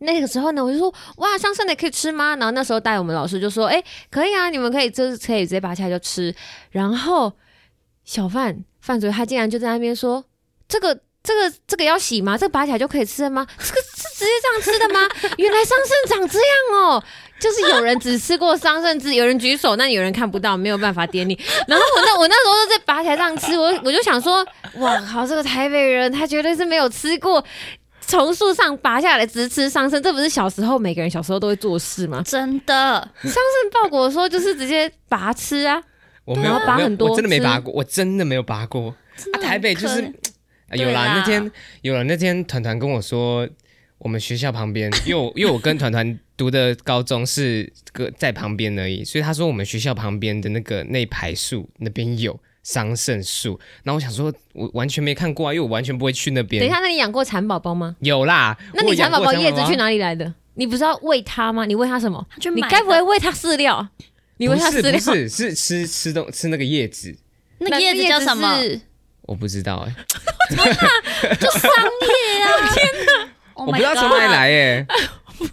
Speaker 1: 那个时候呢，我就说哇，桑葚的可以吃吗？然后那时候带我们老师就说，哎、可以啊，你们可以就是可以直接拔下来就吃。然后小范范嘴他竟然就在那边说，这个这个这个要洗吗？这个拔起来就可以吃了吗？ (laughs) 这个是直接这样吃的吗？原来桑葚长这样哦，就是有人只吃过桑葚汁，有人举手，那有人看不到，没有办法点你。 (laughs) 然后我那我那时候就在拔起来这样吃，我我就想说，哇靠，这个台北人他绝对是没有吃过。从树上拔下来直吃桑葚，这不是小时候每个人小时候都会做事吗？
Speaker 2: 真的，
Speaker 3: 啊
Speaker 1: 正报果说就是直接拔吃啊，
Speaker 3: 我没有
Speaker 1: 然后拔
Speaker 3: 没有
Speaker 1: 很多
Speaker 3: 我真的没
Speaker 1: 汁
Speaker 3: 拔过，我真的没有拔过。
Speaker 1: 嗯
Speaker 2: 真的
Speaker 3: 啊
Speaker 2: 很
Speaker 3: 台北就是
Speaker 2: 可怜
Speaker 3: 啊有啦，
Speaker 2: 对啦
Speaker 3: 那天有了那天团团跟我说，我们学校旁边，因为我因为我跟团团读的高中是个在旁边而已，所以他说我们学校旁边的那个那一排树那边有桑葚树，然后我想说，我完全没看过啊，因为我完全不会去那边。
Speaker 1: 等一下，那你养过蚕宝宝吗？
Speaker 3: 有啦，
Speaker 1: 那
Speaker 3: 我
Speaker 1: 你
Speaker 3: 养
Speaker 1: 蚕
Speaker 3: 过
Speaker 1: 宝宝叶子
Speaker 3: 蚕宝啊
Speaker 1: 去哪里来的？你不是要喂它吗？你喂它什么？
Speaker 2: 他去买
Speaker 1: 你
Speaker 2: 的，
Speaker 1: 该不会喂它饲料？你喂它饲
Speaker 3: 不
Speaker 1: 料？
Speaker 3: 是不是是吃吃东吃那个叶子，
Speaker 2: 那个叶子叫什么
Speaker 1: 那？是
Speaker 3: 我不知道哎、
Speaker 2: 就桑叶啊！天哪，我
Speaker 1: Oh
Speaker 2: Oh
Speaker 1: (laughs)
Speaker 3: 我不知道从哪里。来哎、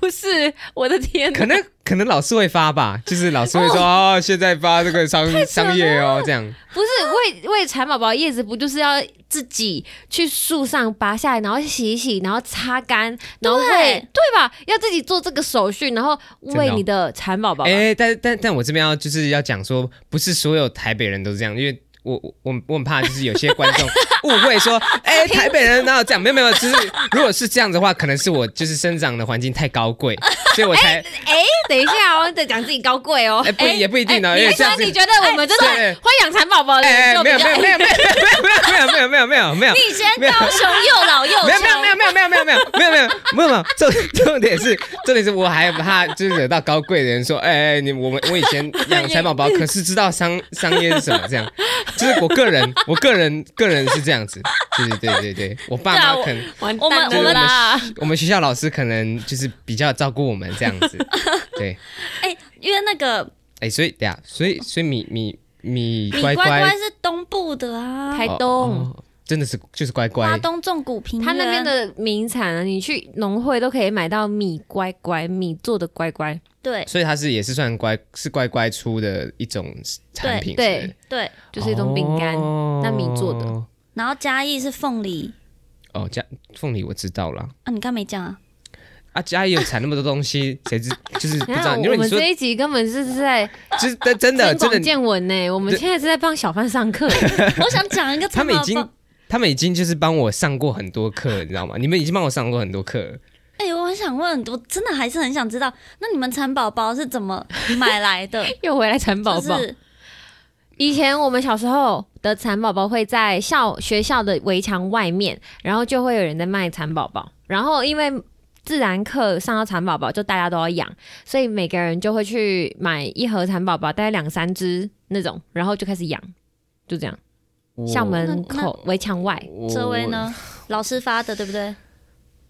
Speaker 1: 不是，我的天哪，
Speaker 3: 可能可能老师会发吧，就是老师会说哦现在发这个商商业哦，这样
Speaker 1: 不是喂喂蚕宝宝叶子，不就是要自己去树上拔下来，然后洗一洗，然后擦干，然后喂，
Speaker 2: 对
Speaker 1: 对吧？要自己做这个手续，然后
Speaker 3: 真
Speaker 1: 喂
Speaker 3: 的哦
Speaker 1: 你的蚕宝宝吧。
Speaker 3: 哎、但但但我这边要就是要讲说，不是所有台北人都这样，因为我我我我很怕就是有些观众误会说，哎、台北人哪有这样？没有没有，就是如果是这样的话，可能是我就是生长的环境太高贵，所以我才
Speaker 1: 等一下哦，在讲自己高贵哦
Speaker 3: 哎、。不、也不一定呢、
Speaker 1: 哎
Speaker 3: 因为
Speaker 1: 你
Speaker 3: 这样子
Speaker 1: 说你觉得我们真的
Speaker 3: 哎对
Speaker 1: 会养蚕宝宝的
Speaker 3: 哎
Speaker 1: 人
Speaker 3: 哎
Speaker 1: 就
Speaker 3: 没
Speaker 1: 比
Speaker 3: 有没
Speaker 1: 较
Speaker 3: 有没有没有没有没有没有没有没有没有。
Speaker 2: 以前高雄又老又
Speaker 3: 没有
Speaker 2: 穷
Speaker 3: 没，有没有没有没有没有没有没有没有没有没有重重点是重点是我还怕就是惹到高贵的人说，哎哎你我们我以前养蚕宝宝，可是知道商商业是什么这样，就是我个人我个人个人是这样子，对对对对对，我爸
Speaker 1: 对啊
Speaker 3: 妈
Speaker 1: 我
Speaker 3: 可能
Speaker 1: 完
Speaker 2: 我们
Speaker 1: 蛋了
Speaker 3: 我们
Speaker 1: 啦。
Speaker 3: 我们学校老师可能就是比较照顾我们这样子，对，
Speaker 2: 哎，因为那个
Speaker 3: 哎所以对啊，所以所以米米米
Speaker 2: 你
Speaker 3: 乖
Speaker 2: 乖
Speaker 3: 乖
Speaker 2: 乖是东部的啊，
Speaker 1: 台
Speaker 3: 哦
Speaker 1: 东
Speaker 3: 哦真的是就是乖
Speaker 2: 花
Speaker 3: 乖，
Speaker 2: 东纵谷平原，
Speaker 1: 他那边的名产啊，你去农会都可以买到米乖乖，米做的乖乖。
Speaker 2: 对
Speaker 3: 所以它是也是算乖是乖乖出的一种产品，
Speaker 1: 对
Speaker 3: 是哦不是
Speaker 2: 对，
Speaker 1: 就是一种饼干。那米做的
Speaker 3: 哦。
Speaker 2: 然后嘉义是凤梨
Speaker 3: 哦，嘉凤梨我知道啦。
Speaker 2: 啊，你刚没讲啊？
Speaker 3: (laughs) 啊，嘉义有产那么多东西，
Speaker 1: (laughs)
Speaker 3: 谁知就是不
Speaker 1: 你
Speaker 3: 知道？
Speaker 1: 看，
Speaker 3: 因为
Speaker 1: 我
Speaker 3: 你
Speaker 1: 们
Speaker 3: 说，
Speaker 1: 这一集根本是在
Speaker 3: 就是真真的
Speaker 1: 增
Speaker 3: 真
Speaker 1: 广
Speaker 3: 的，
Speaker 1: 见闻呢。我们
Speaker 3: 对
Speaker 1: 现在是在帮小贩上
Speaker 3: (laughs)
Speaker 1: 课，
Speaker 2: 我想讲一个
Speaker 3: 他
Speaker 2: 蚕
Speaker 3: 们
Speaker 2: 宝
Speaker 3: 已
Speaker 2: 宝，
Speaker 3: 经他们已经就是帮我上过很多课了，你知道吗？你们已经帮我上过很多课了。
Speaker 2: 哎、我很想问，我真的还是很想知道，那你们蚕宝宝是怎么买来
Speaker 1: (laughs)
Speaker 2: 的？
Speaker 1: 又回来蚕宝宝
Speaker 2: 就。是
Speaker 1: 以前我们小时候的蚕宝宝会在校学校的围墙外面，然后就会有人在卖蚕宝宝。然后因为自然课上到蚕宝宝，就大家都要养，所以每个人就会去买一盒蚕宝宝，大概两三只那种，然后就开始养，就这样。校门
Speaker 2: 那
Speaker 1: 口围墙外，
Speaker 3: 我
Speaker 2: 这位？呢，老师发的，对不对？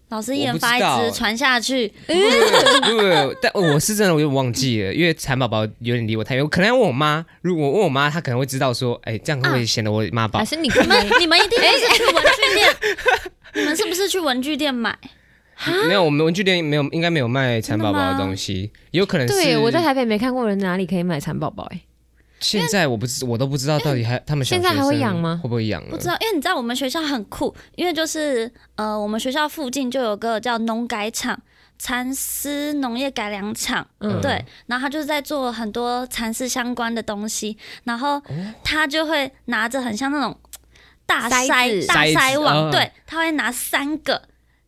Speaker 2: 老师一
Speaker 3: 我
Speaker 2: 人
Speaker 3: 不
Speaker 2: 发
Speaker 3: 知道欸
Speaker 2: 一只传下去，
Speaker 3: 不不不，但我是真的我有点忘记了，因为蚕宝宝有点离我太远，我可能要问我妈。如果我问我妈，她可能会知道说，哎，这样会不
Speaker 1: 啊
Speaker 3: 会显得我妈宝
Speaker 1: 哎还？是你哎根本
Speaker 2: 你们
Speaker 1: (laughs)
Speaker 2: 一定都是去文具店， (laughs) 你们是不是去文具店买？
Speaker 1: 啊
Speaker 3: 没有，我们文具店没有，应该没有卖蚕宝宝
Speaker 2: 真的吗
Speaker 3: 的东西，有可能是。
Speaker 1: 对我在台北没看过人哪里可以买蚕宝宝哎，
Speaker 3: 现在我不知我都不知道到底还他们小
Speaker 1: 现在还
Speaker 3: 学生
Speaker 1: 会养吗
Speaker 3: 会不会养了？
Speaker 2: 不知道，因为你知道我们学校很酷，因为就是呃，我们学校附近就有个叫农改厂。蚕丝农业改良场，
Speaker 1: 嗯
Speaker 2: 对，然后他就是在做很多蚕丝相关的东西，
Speaker 3: 哦
Speaker 2: 然后他就会拿着很像那种大
Speaker 1: 筛
Speaker 2: 筛
Speaker 1: 子
Speaker 2: 大
Speaker 3: 筛子
Speaker 2: 筛网，
Speaker 3: 嗯
Speaker 2: 对，他会拿三个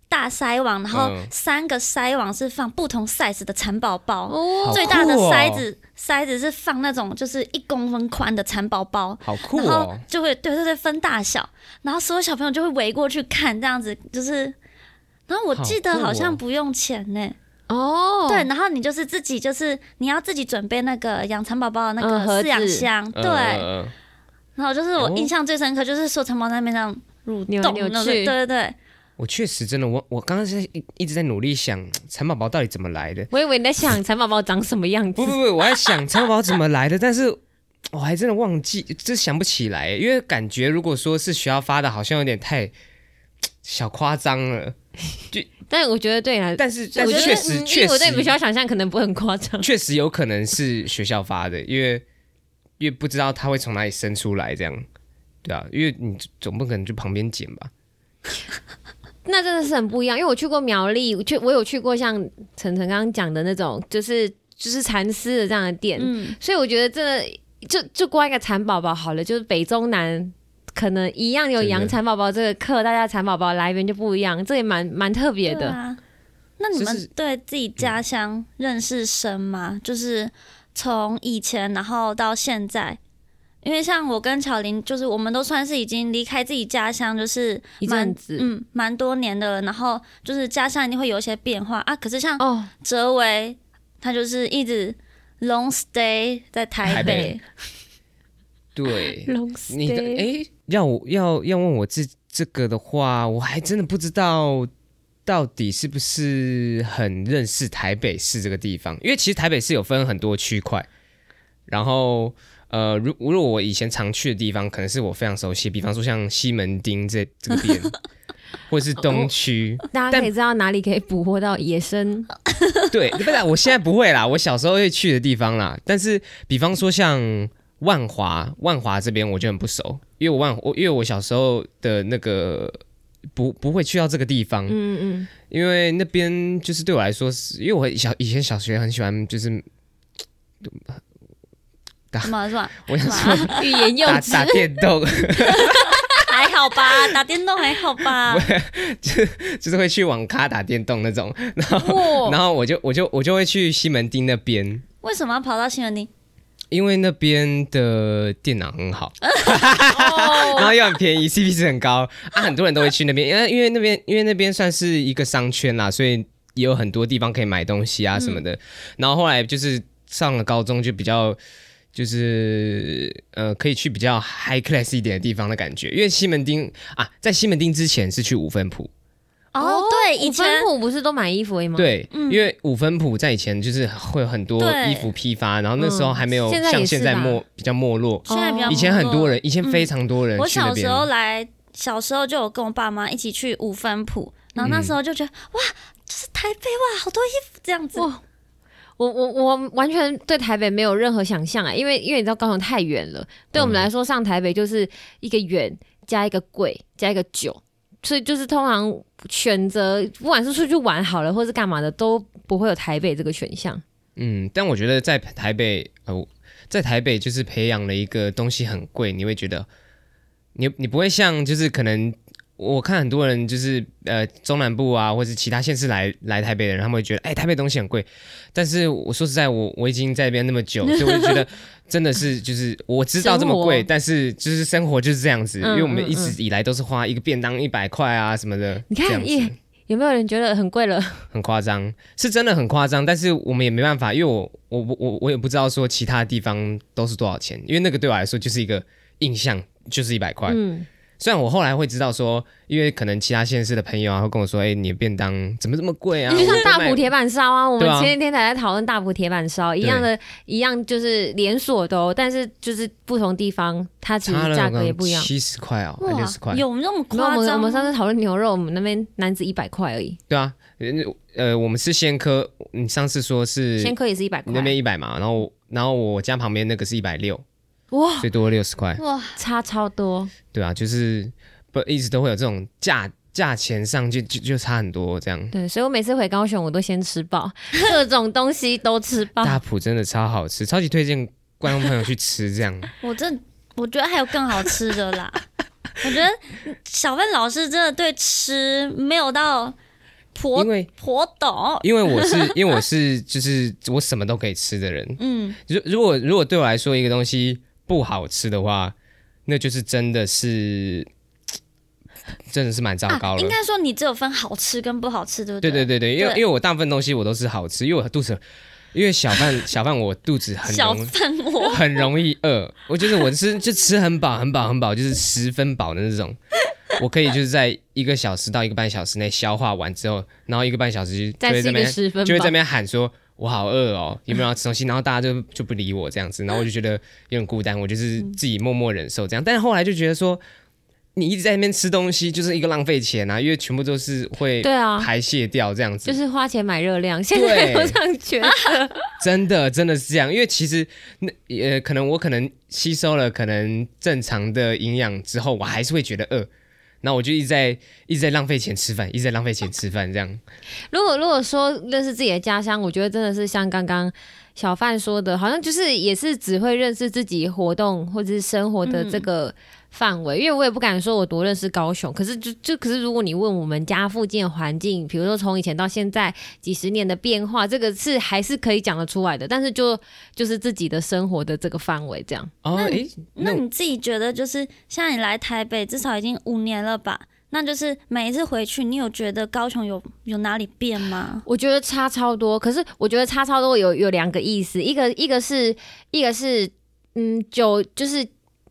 Speaker 2: 大筛网，然后
Speaker 3: 嗯
Speaker 2: 三个筛网是放不同 size 的蚕宝宝，
Speaker 1: 哦
Speaker 3: 好
Speaker 2: 最大的
Speaker 3: 酷哦
Speaker 2: 筛子筛子是放那种就是一公分宽的蚕宝宝，
Speaker 3: 好酷
Speaker 2: 然后
Speaker 3: 哦！
Speaker 2: 就会对对对分大小，然后所有小朋友就会围过去看，这样子就是。然后我记得
Speaker 3: 好酷哦
Speaker 2: 好像不用钱呢、
Speaker 1: 哦，
Speaker 2: 对，然后你就是自己就是你要自己准备那个养蚕宝宝的那
Speaker 1: 嗯盒
Speaker 2: 个饲
Speaker 1: 子
Speaker 2: 养箱，对。
Speaker 3: 呃
Speaker 2: 然后就是我
Speaker 3: 哦
Speaker 2: 印象最深刻就是说蚕宝宝在那边这样蠕
Speaker 1: 扭来
Speaker 2: 动，
Speaker 1: 扭
Speaker 2: 那个
Speaker 1: 去
Speaker 2: 对对对，
Speaker 3: 我确实真的，我我刚刚是一一直在努力想蚕宝宝到底怎么来的。
Speaker 1: 我以为你在想蚕宝宝长什么样子
Speaker 3: 不不不，我在想蚕宝宝怎么来的，但 (laughs) 是我还真的忘记，这想不起来，因为感觉如果说是学校发的，好像有点太小夸张了。
Speaker 1: 但我觉得对啦，
Speaker 3: 但是但
Speaker 1: 我
Speaker 3: 是
Speaker 1: 觉得
Speaker 3: 确实
Speaker 1: 嗯因
Speaker 3: 确
Speaker 1: 为我对你们学
Speaker 3: 实
Speaker 1: 校想象可能不会很夸张。
Speaker 3: 确实有可能是学校发的，因为因为不知道它会从哪里生出来，这样对啊，因为你总不可能去旁边捡吧。
Speaker 1: (laughs) 那真的是很不一样，因为我去过苗栗，我去我有去过像晨晨刚刚讲的那种，就是就是蚕丝的这样的店，
Speaker 2: 嗯，
Speaker 1: 所以我觉得真的就就光一个蚕宝宝好了，就是北中南。可能一样有
Speaker 3: 真的
Speaker 1: 养蚕宝宝这个课，大家蚕宝宝来源就不一样，这也蛮蛮特别
Speaker 2: 对
Speaker 1: 的。
Speaker 2: 啊。那你
Speaker 3: 就是
Speaker 2: 们对自己家乡认识深吗？就是从以前然后到现在，因为像我跟巧玲，就是我们都算是已经离开自己家乡，就是
Speaker 1: 一
Speaker 2: 蛮
Speaker 1: 阵子
Speaker 2: 嗯，蛮多年的了。然后就是家乡一定会有一些变化啊。可是像
Speaker 1: 哦，
Speaker 2: 哲维，他就是一直 long stay 在台
Speaker 3: 台
Speaker 2: 北
Speaker 3: 北，对，
Speaker 1: 龙
Speaker 3: 你的
Speaker 1: 哎，
Speaker 3: 哎、要我要要问我这这个的话，我还真的不知道到底是不是很认识台北市这个地方，因为其实台北市有分很多区块，然后呃，如如果我以前常去的地方，可能是我非常熟悉，比方说像西门町这这个店，或是东区，
Speaker 1: 大家可以知道哪里可以捕获到野生
Speaker 3: (laughs) 对，不然我现在不会啦，我小时候会去的地方啦。但是，比方说像万华，万华这边我就很不熟，因为我万我因为我小时候的那个不不会去到这个地方，
Speaker 1: 嗯嗯，
Speaker 3: 因为那边就是对我来说是，因为我小以前小学很喜欢，就是
Speaker 2: 什么啊什么？
Speaker 3: 我想
Speaker 2: 什么？
Speaker 1: 欲言又
Speaker 3: 打
Speaker 1: 止。
Speaker 3: 打电动， (laughs)
Speaker 2: 还好吧，打电动还好
Speaker 3: (laughs)
Speaker 2: 吧。
Speaker 3: 就是会去网咖打电动那种。
Speaker 1: 哇，
Speaker 2: 哦
Speaker 3: 然后我就我就我就会去西门町那边，
Speaker 2: 为什么要跑到西门町？
Speaker 3: 因为那边的电脑很好。然
Speaker 1: 哦
Speaker 3: 后又很便宜，CP 值很高啊，很多人都会去那边，因为因为那边因为那边算是一个商圈啦，所以也有很多地方可以买东西
Speaker 1: 嗯
Speaker 3: 啊什么的。然后后来就是上了高中就比较。就是呃，可以去比较 high class 一点的地方的感觉，因为西门町啊，在西门町之前是去五分铺，
Speaker 2: 哦，对，以
Speaker 1: 五
Speaker 2: 前
Speaker 1: 分铺不是都买衣服而已吗？，
Speaker 3: 对，
Speaker 2: 嗯
Speaker 3: 因为五分铺在以前就是会有很多
Speaker 2: 对
Speaker 3: 衣服批发，然后那时候还没有
Speaker 1: 嗯现在也
Speaker 3: 像
Speaker 1: 是
Speaker 3: 现在
Speaker 1: 吧
Speaker 3: 没比较没落，
Speaker 2: 现在比较
Speaker 1: 哦
Speaker 3: 以前很多人，以前
Speaker 2: 嗯
Speaker 3: 非常多人
Speaker 2: 我
Speaker 3: 去那
Speaker 2: 小
Speaker 3: 边。啊
Speaker 2: 时候来，小时候就有跟我爸妈一起去五分埔，然后
Speaker 3: 嗯
Speaker 2: 那时候就觉得、哇，就是台北哇，好多衣服这样子。
Speaker 1: 哇我我我完全对台北没有任何想象啊、因为因为你知道高雄太远了，对我们
Speaker 3: 嗯
Speaker 1: 来说上台北就是一个远加一个贵加一个久，所以就是通常选择不管是出去玩好了，或是干嘛的，都不会有台北这个选项。
Speaker 3: 嗯，但我觉得在台北，呃，我在台北就是培养了一个东西很贵，你会觉得，你你不会像就是可能我看很多人就是呃中南部啊，或是其他县市来来台北的人，他们会觉得哎、台北东西很贵，但是我说实在我我已经在那边那
Speaker 1: (laughs)
Speaker 3: 么久，所以我就觉得真的是就是我知道这么贵，
Speaker 1: 生活
Speaker 3: 但是就是生活就是这样子，
Speaker 1: 嗯
Speaker 3: 因为我们
Speaker 1: 嗯
Speaker 3: 一直以来都是花一个便当一百块啊什么的，
Speaker 1: 你看
Speaker 3: 这样子
Speaker 1: 耶有没有人觉得很贵了？
Speaker 3: 很夸张，是真的很夸张，但是我们也没办法，因为我我我我我也不知道说其他地方都是多少钱，因为那个对我来说就是一个印象，就是一百块。
Speaker 1: 嗯，
Speaker 3: 虽然我后来会知道说，因为可能其他县市的朋友啊会跟我说，哎、你的便当怎么这么贵啊？
Speaker 1: 就像
Speaker 3: 我都
Speaker 1: 大
Speaker 3: 买
Speaker 1: 埔铁板烧啊，我们
Speaker 3: 对啊
Speaker 1: 前几天才在讨论大埔铁板烧一样的，一样就是连锁的、哦，但是就是不同地方它其实
Speaker 3: 差了
Speaker 1: 价格也不一样。
Speaker 3: 七十块哦，还六十块，
Speaker 2: 有那么
Speaker 1: 没有，我
Speaker 2: 夸
Speaker 1: 们我
Speaker 2: 张
Speaker 1: 们
Speaker 2: 吗？
Speaker 1: 上次讨论牛肉，我们那边男子一百块而已，
Speaker 3: 对啊，呃，我们是先科，你上次说是
Speaker 1: 鲜科也是一百
Speaker 3: 你
Speaker 1: 块
Speaker 3: 那，边一百嘛，然后我然后我家旁边那个是一百六，
Speaker 1: 哇，
Speaker 3: 最多六十块。
Speaker 2: 哇，
Speaker 1: 差超多。
Speaker 3: 对啊，就是不一直都会有这种价价钱上就就就差很多这样。
Speaker 1: 对，所以我每次回高雄，我都先吃饱， (laughs) 各种东西都吃
Speaker 2: 啊
Speaker 1: 饱。
Speaker 3: 大埔真的超好吃，超级推荐观众朋友去吃
Speaker 2: (laughs)
Speaker 3: 这样。
Speaker 2: 我这我觉得还有更好吃的啦。我觉得小范老师真的对吃没有到颇
Speaker 3: 因为
Speaker 2: 颇懂，
Speaker 3: 因为我是因为我是就是我什么都可以吃的人，
Speaker 2: 嗯，
Speaker 3: 如如果如果对我来说一个东西不好吃的话，那就是真的是真的是蛮糟糕
Speaker 2: 啊。
Speaker 3: 了。
Speaker 2: 应该说你只有分好吃跟不好吃，对不
Speaker 3: 对对
Speaker 2: 对
Speaker 3: 对对，因为
Speaker 2: 对
Speaker 3: 因为我大部分东西我都是好吃，因为我肚子，因为小饭小饭我肚子
Speaker 2: (laughs)
Speaker 3: 很
Speaker 2: 小
Speaker 3: 容易
Speaker 2: 范我
Speaker 3: 很容易饿，我就是我吃就吃很饱很饱很饱，就是十分饱的那种。我可以就是在一个小时到一个半小时内消化完之后，然后一个半小时就就
Speaker 1: (laughs) 再
Speaker 3: 会
Speaker 1: 吃
Speaker 3: 在
Speaker 1: 一
Speaker 3: 那
Speaker 1: 个
Speaker 3: 边
Speaker 1: 十分
Speaker 3: 就会
Speaker 1: 饱
Speaker 3: 在那，边喊说“我好饿哦，有没有要吃东西？”然后大家就就不理我这样子，然后我就觉得有点孤单，我就是自己默默忍受这样。但是后来就觉得说，你一直在那边吃东西就是一个浪费钱啊，因为全部都是会
Speaker 1: 对啊，
Speaker 3: 排泄掉这样子，
Speaker 1: 就是花钱买热量。现在
Speaker 3: 对
Speaker 1: 我这样觉得，
Speaker 3: (laughs) 真的真的是这样，因为其实那呃，可能我可能吸收了可能正常的营养之后，我还是会觉得饿，那我就一直在一直在浪费钱吃饭，一直在浪费钱吃饭这样。
Speaker 1: 如果如果说认识自己的家乡，我觉得真的是像刚刚小范说的，好像就是也是只会认识自己活动或者是生活的这个范围。因为我也不敢说我多认识高雄，可是就就可是如果你问我们家附近的环境，比如说从以前到现在几十年的变化，这个是还是可以讲得出来的。但是就就是自己的生活的这个范围这样。
Speaker 3: 哦，
Speaker 2: 那
Speaker 3: 诶，
Speaker 2: 那
Speaker 3: 那
Speaker 2: 你自己觉得，就是像你来台北至少已经五年了吧？那就是每一次回去，你有觉得高雄有有哪里变吗？
Speaker 1: 我觉得差超多，可是我觉得差超多有有两个意思，一个一个是一个是嗯久就是。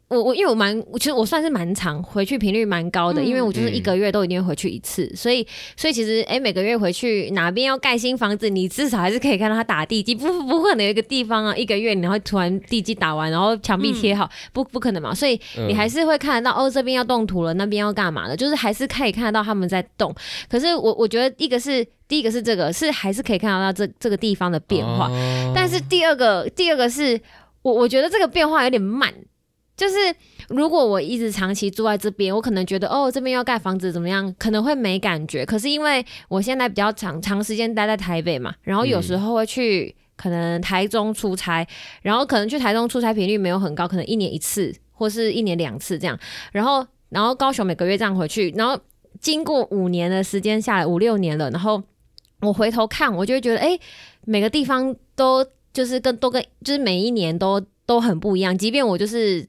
Speaker 1: 我我因为我蛮，我其实我算是蛮常回去频率蛮高的，
Speaker 2: 嗯
Speaker 1: 因为我就是一个月都一定会回去一次，所以所以其实哎、诶每个月回去哪边要盖新房子，你至少还是可以看到它打地基，不不可能有一个地方啊，一个月然后突然地基打完，然后墙壁贴好，不不可能嘛，所以
Speaker 3: 嗯
Speaker 1: 你还是会看得到哦，这边要动土了，那边要干嘛的，就是还是可以看得到他们在动。可是我我觉得一个是第一个是这个是还是可以看得到这这个地方的变化，
Speaker 3: 哦
Speaker 1: 但是第二个，第二个是我我觉得这个变化有点慢，就是如果我一直长期住在这边，我可能觉得哦这边要盖房子怎么样，可能会没感觉。可是因为我现在比较长长时间待在台北嘛，然后有时候会去。可能台中出差，然后可能去台中出差频率没有很高，可能一年一次或是一年两次这样。然后，然后高雄每个月这样回去，然后经过五年的时间下来，五六年了，然后我回头看，我就会觉得，哎、每个地方都就是跟都跟就是每一年都都很不一样。即便我就是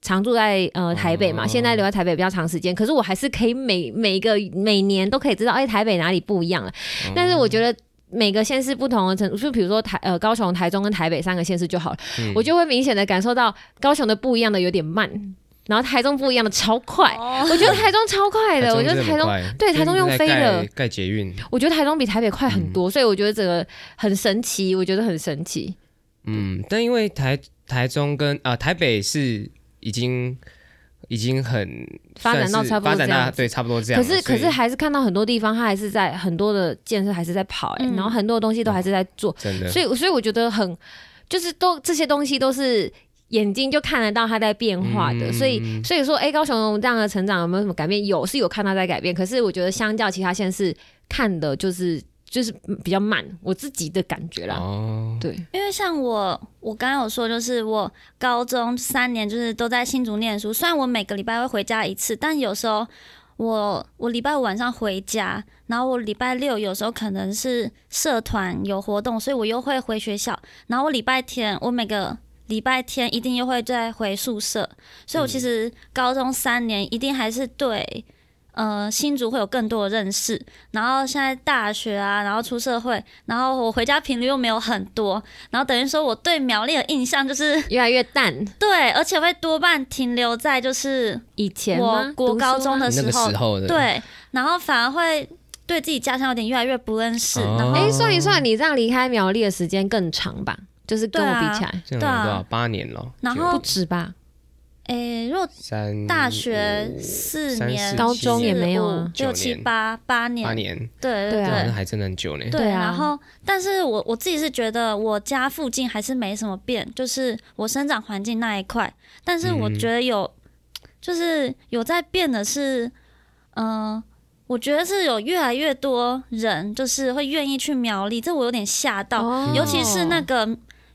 Speaker 1: 常住在呃台北嘛，
Speaker 3: 哦
Speaker 1: 现在留在台北比较长时间，可是我还是可以每每一个每年都可以知道，哎、台北哪里不一样了。
Speaker 3: 哦
Speaker 1: 但是我觉得。每个县市不同的程度，就比如说台呃高雄、台中跟台北三个县市就好了，
Speaker 3: 嗯
Speaker 1: 我就会明显的感受到高雄的不一样的有点慢，然后台中不一样的超快，
Speaker 2: 哦，
Speaker 1: 我觉得台中超快的，我觉
Speaker 3: 真
Speaker 1: 得
Speaker 3: 的
Speaker 1: 台中
Speaker 3: 很快
Speaker 1: 对
Speaker 3: 最
Speaker 1: 台中
Speaker 3: 近
Speaker 1: 用
Speaker 3: 在
Speaker 1: 飞
Speaker 3: 盖
Speaker 1: 的
Speaker 3: 盖捷运，
Speaker 1: 我觉得台中比台北快
Speaker 3: 嗯
Speaker 1: 很多，所以我觉得这个很神奇，我觉得很神奇。
Speaker 3: 嗯，但因为台台中跟啊、台北是已经呃已经很
Speaker 1: 发展到
Speaker 3: 算是
Speaker 1: 差不多
Speaker 3: 发展
Speaker 1: 这样
Speaker 3: 到
Speaker 1: 子
Speaker 3: 对差不多这样
Speaker 1: 可
Speaker 3: 了，
Speaker 1: 是
Speaker 3: 所
Speaker 1: 可
Speaker 3: 以
Speaker 1: 是还是看到很多地方，它还是在很多的建设还是在跑、欸，
Speaker 2: 嗯
Speaker 1: 然后很多东西都还是在做，
Speaker 3: 真的
Speaker 1: 所以所以我觉得很就是都这些东西都是。眼睛就看得到它在变化的，
Speaker 3: 嗯
Speaker 1: 所以所以说，哎、高雄这样的成长有没有什么改变？有是有看到在改变，可是我觉得相较其他县市看的，就是就是比较慢，我自己的感觉啦。
Speaker 3: 哦，
Speaker 1: 对，
Speaker 2: 因为像我，我刚刚有说，就是我高中三年就是都在新竹念书，虽然我每个礼拜会回家一次，但有时候我我礼拜五晚上回家，然后我礼拜六有时候可能是社团有活动，所以我又会回学校，然后我礼拜天我每个礼拜天一定又会再回宿舍，所以我其实高中三年一定还是对。呃，新竹会有更多的认识，然后现在大学啊，然后出社会，然后我回家频率又没有很多，然后等于说我对苗栗的印象就是
Speaker 1: 越来越淡。
Speaker 2: 对，而且会多半停留在就是
Speaker 1: 以前
Speaker 2: 我
Speaker 1: 吗？
Speaker 2: 国
Speaker 1: 读书
Speaker 2: 高中
Speaker 1: 吗
Speaker 2: 的
Speaker 3: 那个
Speaker 2: 时
Speaker 3: 时候
Speaker 1: 啊
Speaker 3: 的，
Speaker 2: 对，然后反而会对自己家乡有点越来越不认识，
Speaker 3: 哦
Speaker 2: 然后
Speaker 1: 哎、算一算，你这样离开苗栗的时间更长吧？就是跟我比起来，
Speaker 3: 这样有
Speaker 2: 对啊
Speaker 3: 多少八年了，
Speaker 2: 然
Speaker 3: 九
Speaker 1: 不
Speaker 2: 后
Speaker 1: 止吧？
Speaker 2: 诶，如果
Speaker 3: 三
Speaker 2: 大学四
Speaker 3: 嗯三
Speaker 2: 年
Speaker 3: 四、
Speaker 1: 高中也没有啊
Speaker 2: 四五六七
Speaker 3: 九年
Speaker 2: 八八年，
Speaker 3: 八年，
Speaker 2: 对
Speaker 1: 对啊
Speaker 3: 哇那
Speaker 2: 对。
Speaker 3: 还真的很久呢。
Speaker 1: 对
Speaker 2: 对，
Speaker 1: 啊
Speaker 2: 然后，但是我我自己是觉得我家附近还是没什么变，就是我生长环境那一块。但是我
Speaker 3: 嗯
Speaker 2: 觉得有，就是有在变的是，嗯、我觉得是有越来越多人就是会愿意去苗栗，这我有点吓到，
Speaker 1: 哦
Speaker 2: 尤其是那个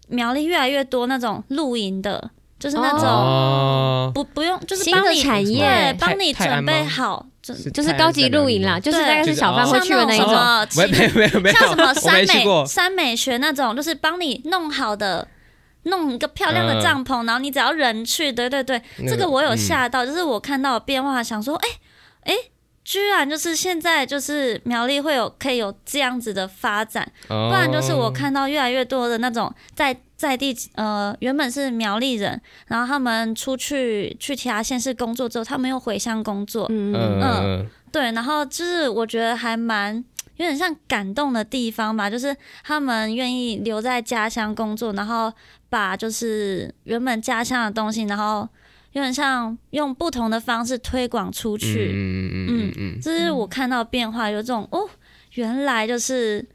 Speaker 2: 苗栗越来越多那种露营的，就是那种、
Speaker 3: 哦，
Speaker 2: 不不用，就是
Speaker 1: 新
Speaker 2: 帮
Speaker 1: 的
Speaker 2: 你
Speaker 1: 产业
Speaker 2: 对
Speaker 3: 泰，
Speaker 2: 帮你
Speaker 3: 泰安
Speaker 2: 准
Speaker 3: 吗
Speaker 2: 备好，就
Speaker 1: 就是高级露营啦，就是大概是小贩会去的那一
Speaker 2: 像
Speaker 1: 种。
Speaker 2: 那种
Speaker 3: 没
Speaker 2: 什么
Speaker 3: 没没有没有，
Speaker 2: 像什么
Speaker 3: 我
Speaker 2: 山
Speaker 3: 没去
Speaker 2: 美
Speaker 3: 过，
Speaker 2: 山美学那种，就是帮你弄好的，弄一个漂亮的帐篷，然后你只要人去，对对对，
Speaker 3: 嗯那嗯
Speaker 2: 这个我有吓到，就是我看到的变化，想说，哎、哎、居然就是现在就是苗栗会有可以有这样子的发展，
Speaker 3: 嗯，
Speaker 2: 不然就是我看到越来越多的那种在在地呃原本是苗栗人，然后他们出去去其他县市工作之后，他们又回乡工作，
Speaker 1: 嗯
Speaker 3: 哦，
Speaker 1: 嗯，
Speaker 3: 嗯
Speaker 2: 对，然后就是我觉得还蛮有点像感动的地方吧，就是他们愿意留在家乡工作，然后把就是原本家乡的东西，然后有点像用不同的方式推广出去。
Speaker 3: 嗯嗯嗯嗯嗯，
Speaker 2: 这是我看到变化，有种哦，原来就是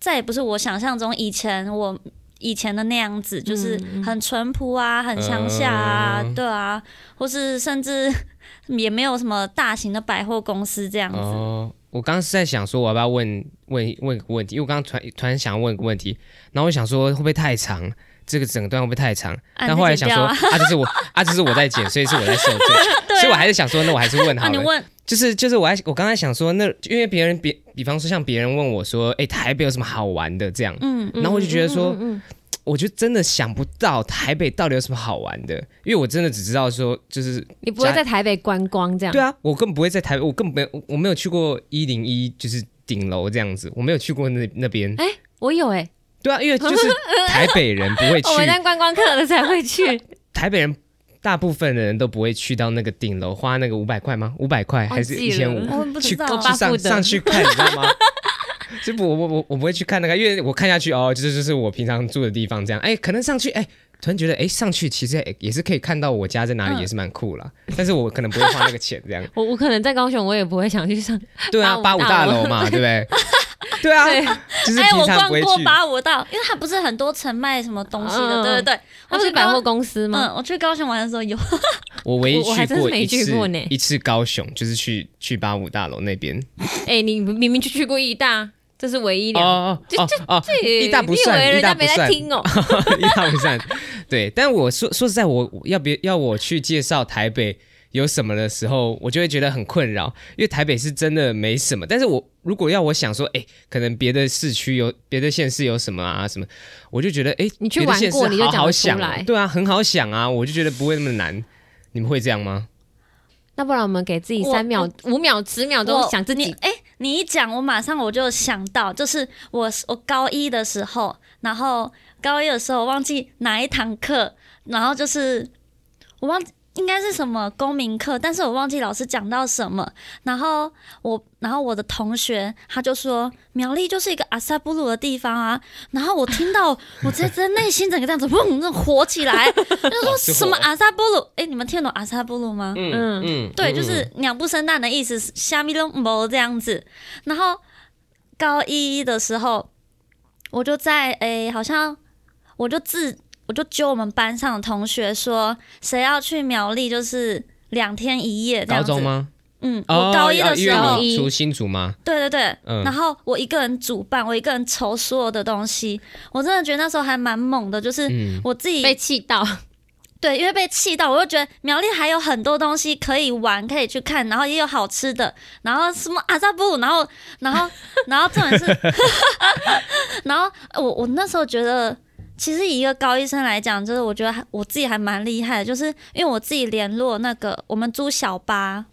Speaker 2: 再也不是我想象中以前我。以前的那样子，就是
Speaker 1: 嗯嗯
Speaker 2: 很淳朴啊，很乡下啊，
Speaker 3: 嗯
Speaker 2: 对啊，或是甚至 (laughs) 也没有什么大型的百货公司这样子。
Speaker 3: 哦，我刚刚是在想说，我要不要问问问个问题？因为我刚刚突然突然想问个问题，然后我想说会不会太长？这个整段会不会太长？
Speaker 2: 啊
Speaker 3: 但后来想说，
Speaker 2: 你
Speaker 3: 啊，这是我啊，这是我在剪，所以是我
Speaker 2: (laughs)
Speaker 3: 在受罪，所以我还是想说，那我还是问
Speaker 2: 啊，
Speaker 3: (laughs) 好
Speaker 2: 你
Speaker 3: 了。
Speaker 2: 问
Speaker 3: 就是就是我还我刚才想说，那因为别人比比方说像别人问我说，哎、台北有什么好玩的这样，
Speaker 2: 嗯，
Speaker 3: 然后我就觉得说，
Speaker 1: 嗯，嗯
Speaker 3: 我就真的想不到台北到底有什么好玩的，因为我真的只知道说就是
Speaker 1: 嗯你不会
Speaker 3: 家
Speaker 1: 在台北观光这样？
Speaker 3: 对啊，我根本不会在台北，我根本没有我我没有去过一零一，就是顶楼这样子，我没有去过那
Speaker 1: (laughs)
Speaker 3: 那边。
Speaker 1: 我有哎， (laughs)
Speaker 3: 对啊，因为就是台北人不会去
Speaker 1: 我，们当观光客的才会去。
Speaker 3: 台北人。大部分的人都不会去到那个顶楼，花那个五百块吗？五百块还是
Speaker 1: 忘
Speaker 3: 一
Speaker 1: 记
Speaker 3: 千五
Speaker 1: 了？
Speaker 2: 我不知
Speaker 3: 去
Speaker 2: 道，啊
Speaker 1: 爸
Speaker 3: 去
Speaker 1: 付
Speaker 3: 上
Speaker 1: 的
Speaker 3: 上去看，你知道吗？ (laughs) 就不我我我我不会去看那个，因为我看下去哦，就是就是我平常住的地方这样。哎，可能上去哎，突然觉得哎上去其实也也是可以看到我家在哪里，
Speaker 2: 嗯
Speaker 3: 也是蛮酷啦。但是我可能不会花那个钱这样。
Speaker 1: (laughs) 我我可能在高雄，我也不会想去上。
Speaker 3: 对啊，
Speaker 1: 八
Speaker 3: 八
Speaker 1: 五
Speaker 3: 五
Speaker 1: 大
Speaker 3: 大
Speaker 1: 楼
Speaker 3: 楼嘛，对不 (laughs) 对？对啊
Speaker 1: 对，
Speaker 3: 就是
Speaker 2: 哎，我
Speaker 3: 平常
Speaker 2: 逛
Speaker 3: 不会
Speaker 2: 过
Speaker 3: 去。
Speaker 2: 八五道，因为它不是很多层卖什么东西
Speaker 1: 嗯嗯
Speaker 2: 的，对对对。
Speaker 1: 他
Speaker 2: 我
Speaker 1: 不是
Speaker 2: 去
Speaker 1: 百
Speaker 2: 高
Speaker 1: 货公司吗？
Speaker 2: 嗯，我去高雄玩的时候有，
Speaker 3: 我唯一
Speaker 1: 我我还
Speaker 3: 去
Speaker 1: 真是
Speaker 3: 过
Speaker 1: 没
Speaker 3: 一
Speaker 1: 去
Speaker 3: 次
Speaker 1: 过呢
Speaker 3: 一次高雄，就是去去八五大楼那边。
Speaker 1: 哎、你明明就去过义大，这是唯一
Speaker 3: 哦
Speaker 1: 两。
Speaker 3: 哦
Speaker 1: 这
Speaker 3: 哦哦，
Speaker 1: 对
Speaker 3: 义大不算
Speaker 1: 你以为人
Speaker 3: 义大
Speaker 1: 家
Speaker 3: 不
Speaker 1: 没在
Speaker 3: 算
Speaker 1: 听哦、
Speaker 3: (laughs) 一大不散。对，但我说说实在，我我要别要我去介绍台北有什么的时候，我就会觉得很困扰，因为台北是真的没什么。但是我如果要我想说，哎、可能别的市区有别的县市有什么啊什么，我就觉得哎、诶
Speaker 1: 你去
Speaker 3: 别的
Speaker 1: 玩
Speaker 3: 县市
Speaker 1: 过你就
Speaker 3: 好
Speaker 1: 讲
Speaker 3: 好
Speaker 1: 得出
Speaker 3: 想啊
Speaker 1: 来
Speaker 3: 对啊，很好想啊，我就觉得不会那么难。你们会这样
Speaker 2: 嗯
Speaker 3: 吗？
Speaker 1: (laughs) 那不然我们给自己
Speaker 2: 我
Speaker 1: 三秒、五秒、十秒钟
Speaker 2: 我
Speaker 1: 想自
Speaker 2: 你
Speaker 1: 己。
Speaker 2: 哎、你一讲，我马上我就想到，就是我我高一的时候，然后高一的时候我忘记哪一堂课，然后就是我忘记应该是什么公民课，但是我忘记老师讲到什么，然后我然后我的同学他就说苗栗就是一个阿萨布鲁的地方啊，然后我听到我直接在内心整个这样子砰，那种火起来，就说
Speaker 3: 哦是火
Speaker 2: 什么阿萨布鲁？哎、你们听得懂阿萨布鲁吗？
Speaker 3: 嗯
Speaker 1: 嗯
Speaker 3: 嗯
Speaker 2: 对，就是鸟不生蛋的意思，虾米都没这样子。然后高一的时候，我就在诶、好像我就自我就揪我们班上的同学说，谁要去苗栗，就是两天一夜这
Speaker 3: 高
Speaker 2: 样子。
Speaker 3: 中吗？
Speaker 2: 嗯，
Speaker 3: 哦
Speaker 2: 我高一的时
Speaker 1: 因为
Speaker 2: 候，
Speaker 1: 高
Speaker 3: 因为
Speaker 1: 一
Speaker 3: 你出新竹吗？
Speaker 2: 对对对，
Speaker 3: 嗯
Speaker 2: 然后我一个人主办，我一个人筹所有的东西，我真的觉得那时候还蛮猛的，就是
Speaker 3: 嗯，
Speaker 2: 我自己
Speaker 1: 被气到，
Speaker 2: 对，因为被气到，我就觉得苗栗还有很多东西可以玩，可以去看，然后也有好吃的，然后什么阿萨布，然后，然后， (laughs) 然后重点是，然后我我那时候觉得，其实以一个高医生来讲，就是我觉得还我自己还蛮厉害的，就是因为我自己联络那个我们租小巴，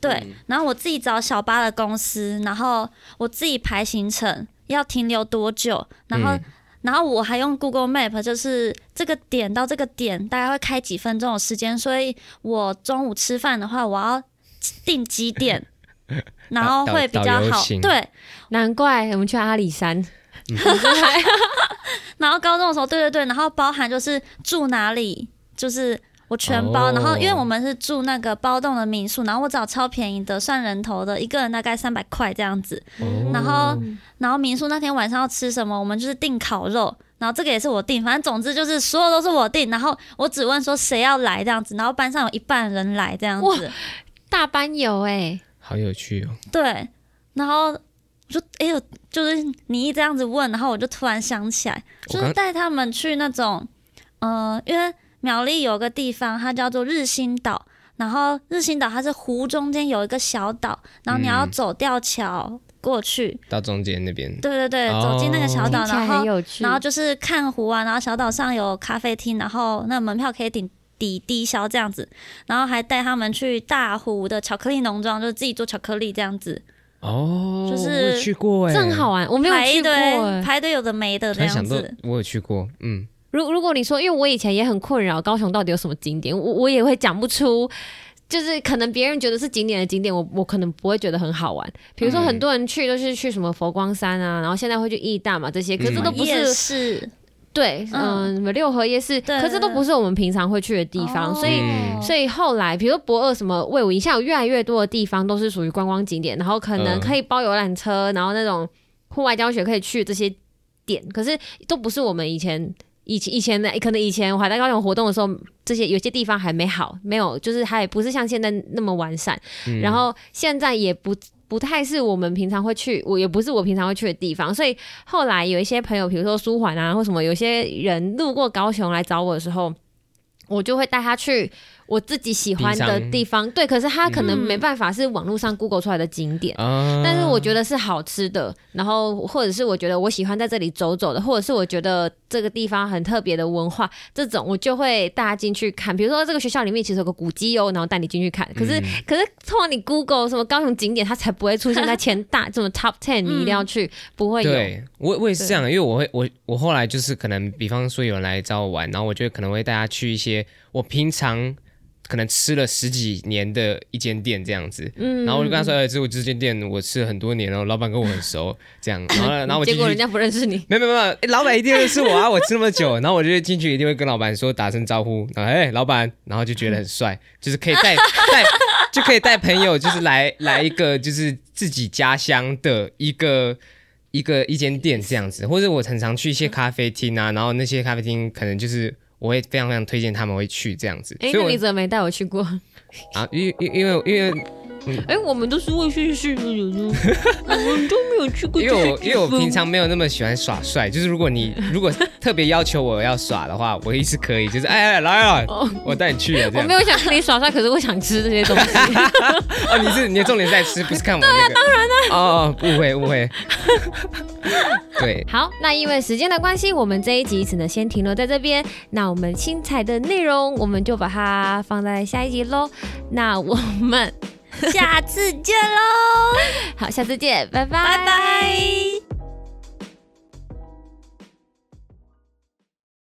Speaker 2: 对，
Speaker 3: 嗯
Speaker 2: 然后我自己找小巴的公司，然后我自己排行程要停留多久，然后
Speaker 3: 嗯
Speaker 2: 然后我还用 Google Map，就是这个点到这个点大概会开几分钟的时间，所以我中午吃饭的话，我要定几
Speaker 3: (laughs)
Speaker 2: 点，然后会比较
Speaker 3: 导游
Speaker 2: 好。
Speaker 3: 行
Speaker 2: 对，
Speaker 1: 难怪我们去阿里山。
Speaker 3: 嗯
Speaker 2: 然后高中的时候，对对对，然后包含就是住哪里，就是我全包。
Speaker 3: 哦
Speaker 2: 然后因为我们是住那个包栋的民宿，然后我找超便宜的，算人头的，一个人大概三百块这样子。
Speaker 3: 哦
Speaker 2: 然后然后民宿那天晚上要吃什么，我们就是订烤肉，然后这个也是我订，反正总之就是所有都是我订，然后我只问说谁要来这样子，然后班上有一半人来这样
Speaker 1: 哇
Speaker 2: 子，
Speaker 1: 大班有哎、
Speaker 3: 好有趣哦。
Speaker 2: 对，然后我就哎呦，就是你一这样子问，然后我就突然想起来，
Speaker 3: 我
Speaker 2: 就是
Speaker 3: 刚
Speaker 2: 带他们去那种，呃，因为苗栗有个地方，它叫做日新岛。然后日新岛它是湖中间有一个小岛，然后你要
Speaker 3: 嗯
Speaker 2: 走吊桥过去，
Speaker 3: 到中间那边，
Speaker 2: 对对对，走进那个小
Speaker 3: 哦
Speaker 2: 岛，
Speaker 1: 听起来
Speaker 2: (laughs) 然后
Speaker 1: 很有趣。
Speaker 2: 然后就是看湖啊，然后小岛上有咖啡厅，然后那门票可以顶抵低消这样子，然后还带他们去大湖的巧克力农庄，就是自己做巧克力这样子，
Speaker 3: 哦，
Speaker 2: 就是
Speaker 3: 我有去过哎，
Speaker 1: 正好玩，我没有
Speaker 2: 排一
Speaker 1: 去过、
Speaker 2: 堆
Speaker 1: 欸。
Speaker 2: 排队有的没的
Speaker 3: 突
Speaker 2: 这
Speaker 3: 然
Speaker 2: 样
Speaker 3: 想到
Speaker 2: 子。，
Speaker 3: 我有去过，嗯，
Speaker 1: 如如果你说，因为我以前也很困扰高雄到底有什么景点，我我也会讲不出。就是可能别人觉得是景点的景点，我我可能不会觉得很好玩。比如说
Speaker 3: 嗯
Speaker 1: 很多人去都是去什么佛光山啊，然后现在会去义大嘛这些，可是
Speaker 3: 嗯
Speaker 1: 这都不是、
Speaker 2: 夜市
Speaker 1: 对，嗯，什么六合夜市，
Speaker 2: 对
Speaker 1: 可是这都不是我们平常会去的地
Speaker 2: 哦
Speaker 1: 方，所以。
Speaker 3: 嗯
Speaker 1: 所以后来，比如说博二什么魏武营，现在有越来越多的地方都是属于观光景点，然后可能
Speaker 3: 嗯
Speaker 1: 可以包游览车，然后那种户外教学可以去这些点，可是都不是我们以前以前以前的，可能以前我还在高雄活动的时候，这些有些地方还没好，没有，就是还不是像现在那么完善，
Speaker 3: 嗯
Speaker 1: 然后现在也不。不太是我们平常会去，我也不是我平常会去的地方，所以后来有一些朋友，比如说舒缓啊，或什么，有些人路过高雄来找我的时候，我就会带他去我自己喜欢的
Speaker 3: 平常
Speaker 1: 地方。对，可是他可能
Speaker 2: 嗯
Speaker 1: 没办法是网络上 Google 出来的景点，
Speaker 3: 啊
Speaker 1: 但是我觉得是好吃的，然后或者是我觉得我喜欢在这里走走的，或者是我觉得这个地方很特别的文化，这种我就会带他进去看。比如说这个学校里面其实有个古迹哦，然后带你进去看。可是、
Speaker 3: 嗯
Speaker 1: 可是通常你 Google 什么高雄景点，它才不会出现在前 (laughs) 大这种 Top Ten，你一定要去，不会有。
Speaker 3: 嗯对我我也是这样，因为我会我我后来就是可能，比方说有人来找我玩，然后我就可能会带他去一些我平常可能吃了十几年的一间店这样子。
Speaker 1: 嗯，
Speaker 3: 然后我就跟他说：“哎、这我这间店我吃了很多年了，老板跟我很熟，这样。”然后呢，然后
Speaker 1: (laughs)
Speaker 3: 我
Speaker 1: 结
Speaker 3: 进
Speaker 1: 果
Speaker 3: 去
Speaker 1: 人家不认识你，
Speaker 3: 没有没有没有，诶哎老板一定认识我啊！我吃那么久，然后我就进去一定会跟老板说打声招呼，然后哎、老板，然后就觉得很帅，就是可以 (laughs) 带带就可以带朋友，就是来来一个就是自己家乡的一个一个一间店这样子，或者我常常去一些咖啡厅啊，然后那些咖啡厅可能就是我会非常非常推荐他们会去这样子，
Speaker 1: 哎、
Speaker 3: 所以
Speaker 1: 那你
Speaker 3: 我
Speaker 1: 怎么没带我去过？
Speaker 3: 啊，因因因为因为
Speaker 1: 哎、我们都是会去试
Speaker 3: (laughs)
Speaker 1: 的人哦，我们都没有去过
Speaker 3: 因
Speaker 1: 这
Speaker 3: 为
Speaker 1: 些地方。
Speaker 3: 我因为我平常没有那么喜欢耍帅，就是如果你如果特别要求我要耍的话，我一是可以，就是哎哎来来，
Speaker 1: 哦
Speaker 3: 我带你去了这
Speaker 1: 我
Speaker 3: 样
Speaker 1: 没。有想跟你耍帅，可是我想吃这些东西。
Speaker 3: 哦，你是你的重点是在吃，不是看
Speaker 1: (laughs)
Speaker 3: 我
Speaker 1: 啊
Speaker 3: 那个。当然了。哦，哦误会误会。 (laughs) 对，
Speaker 1: 好，那因为时间的关系，我们这一集只能先停留在这边。那我们精彩的内容，我们就把它放在下一集喽。那我们 (laughs)
Speaker 2: 下次见喽，
Speaker 1: 好，下次见，拜拜
Speaker 2: 拜拜。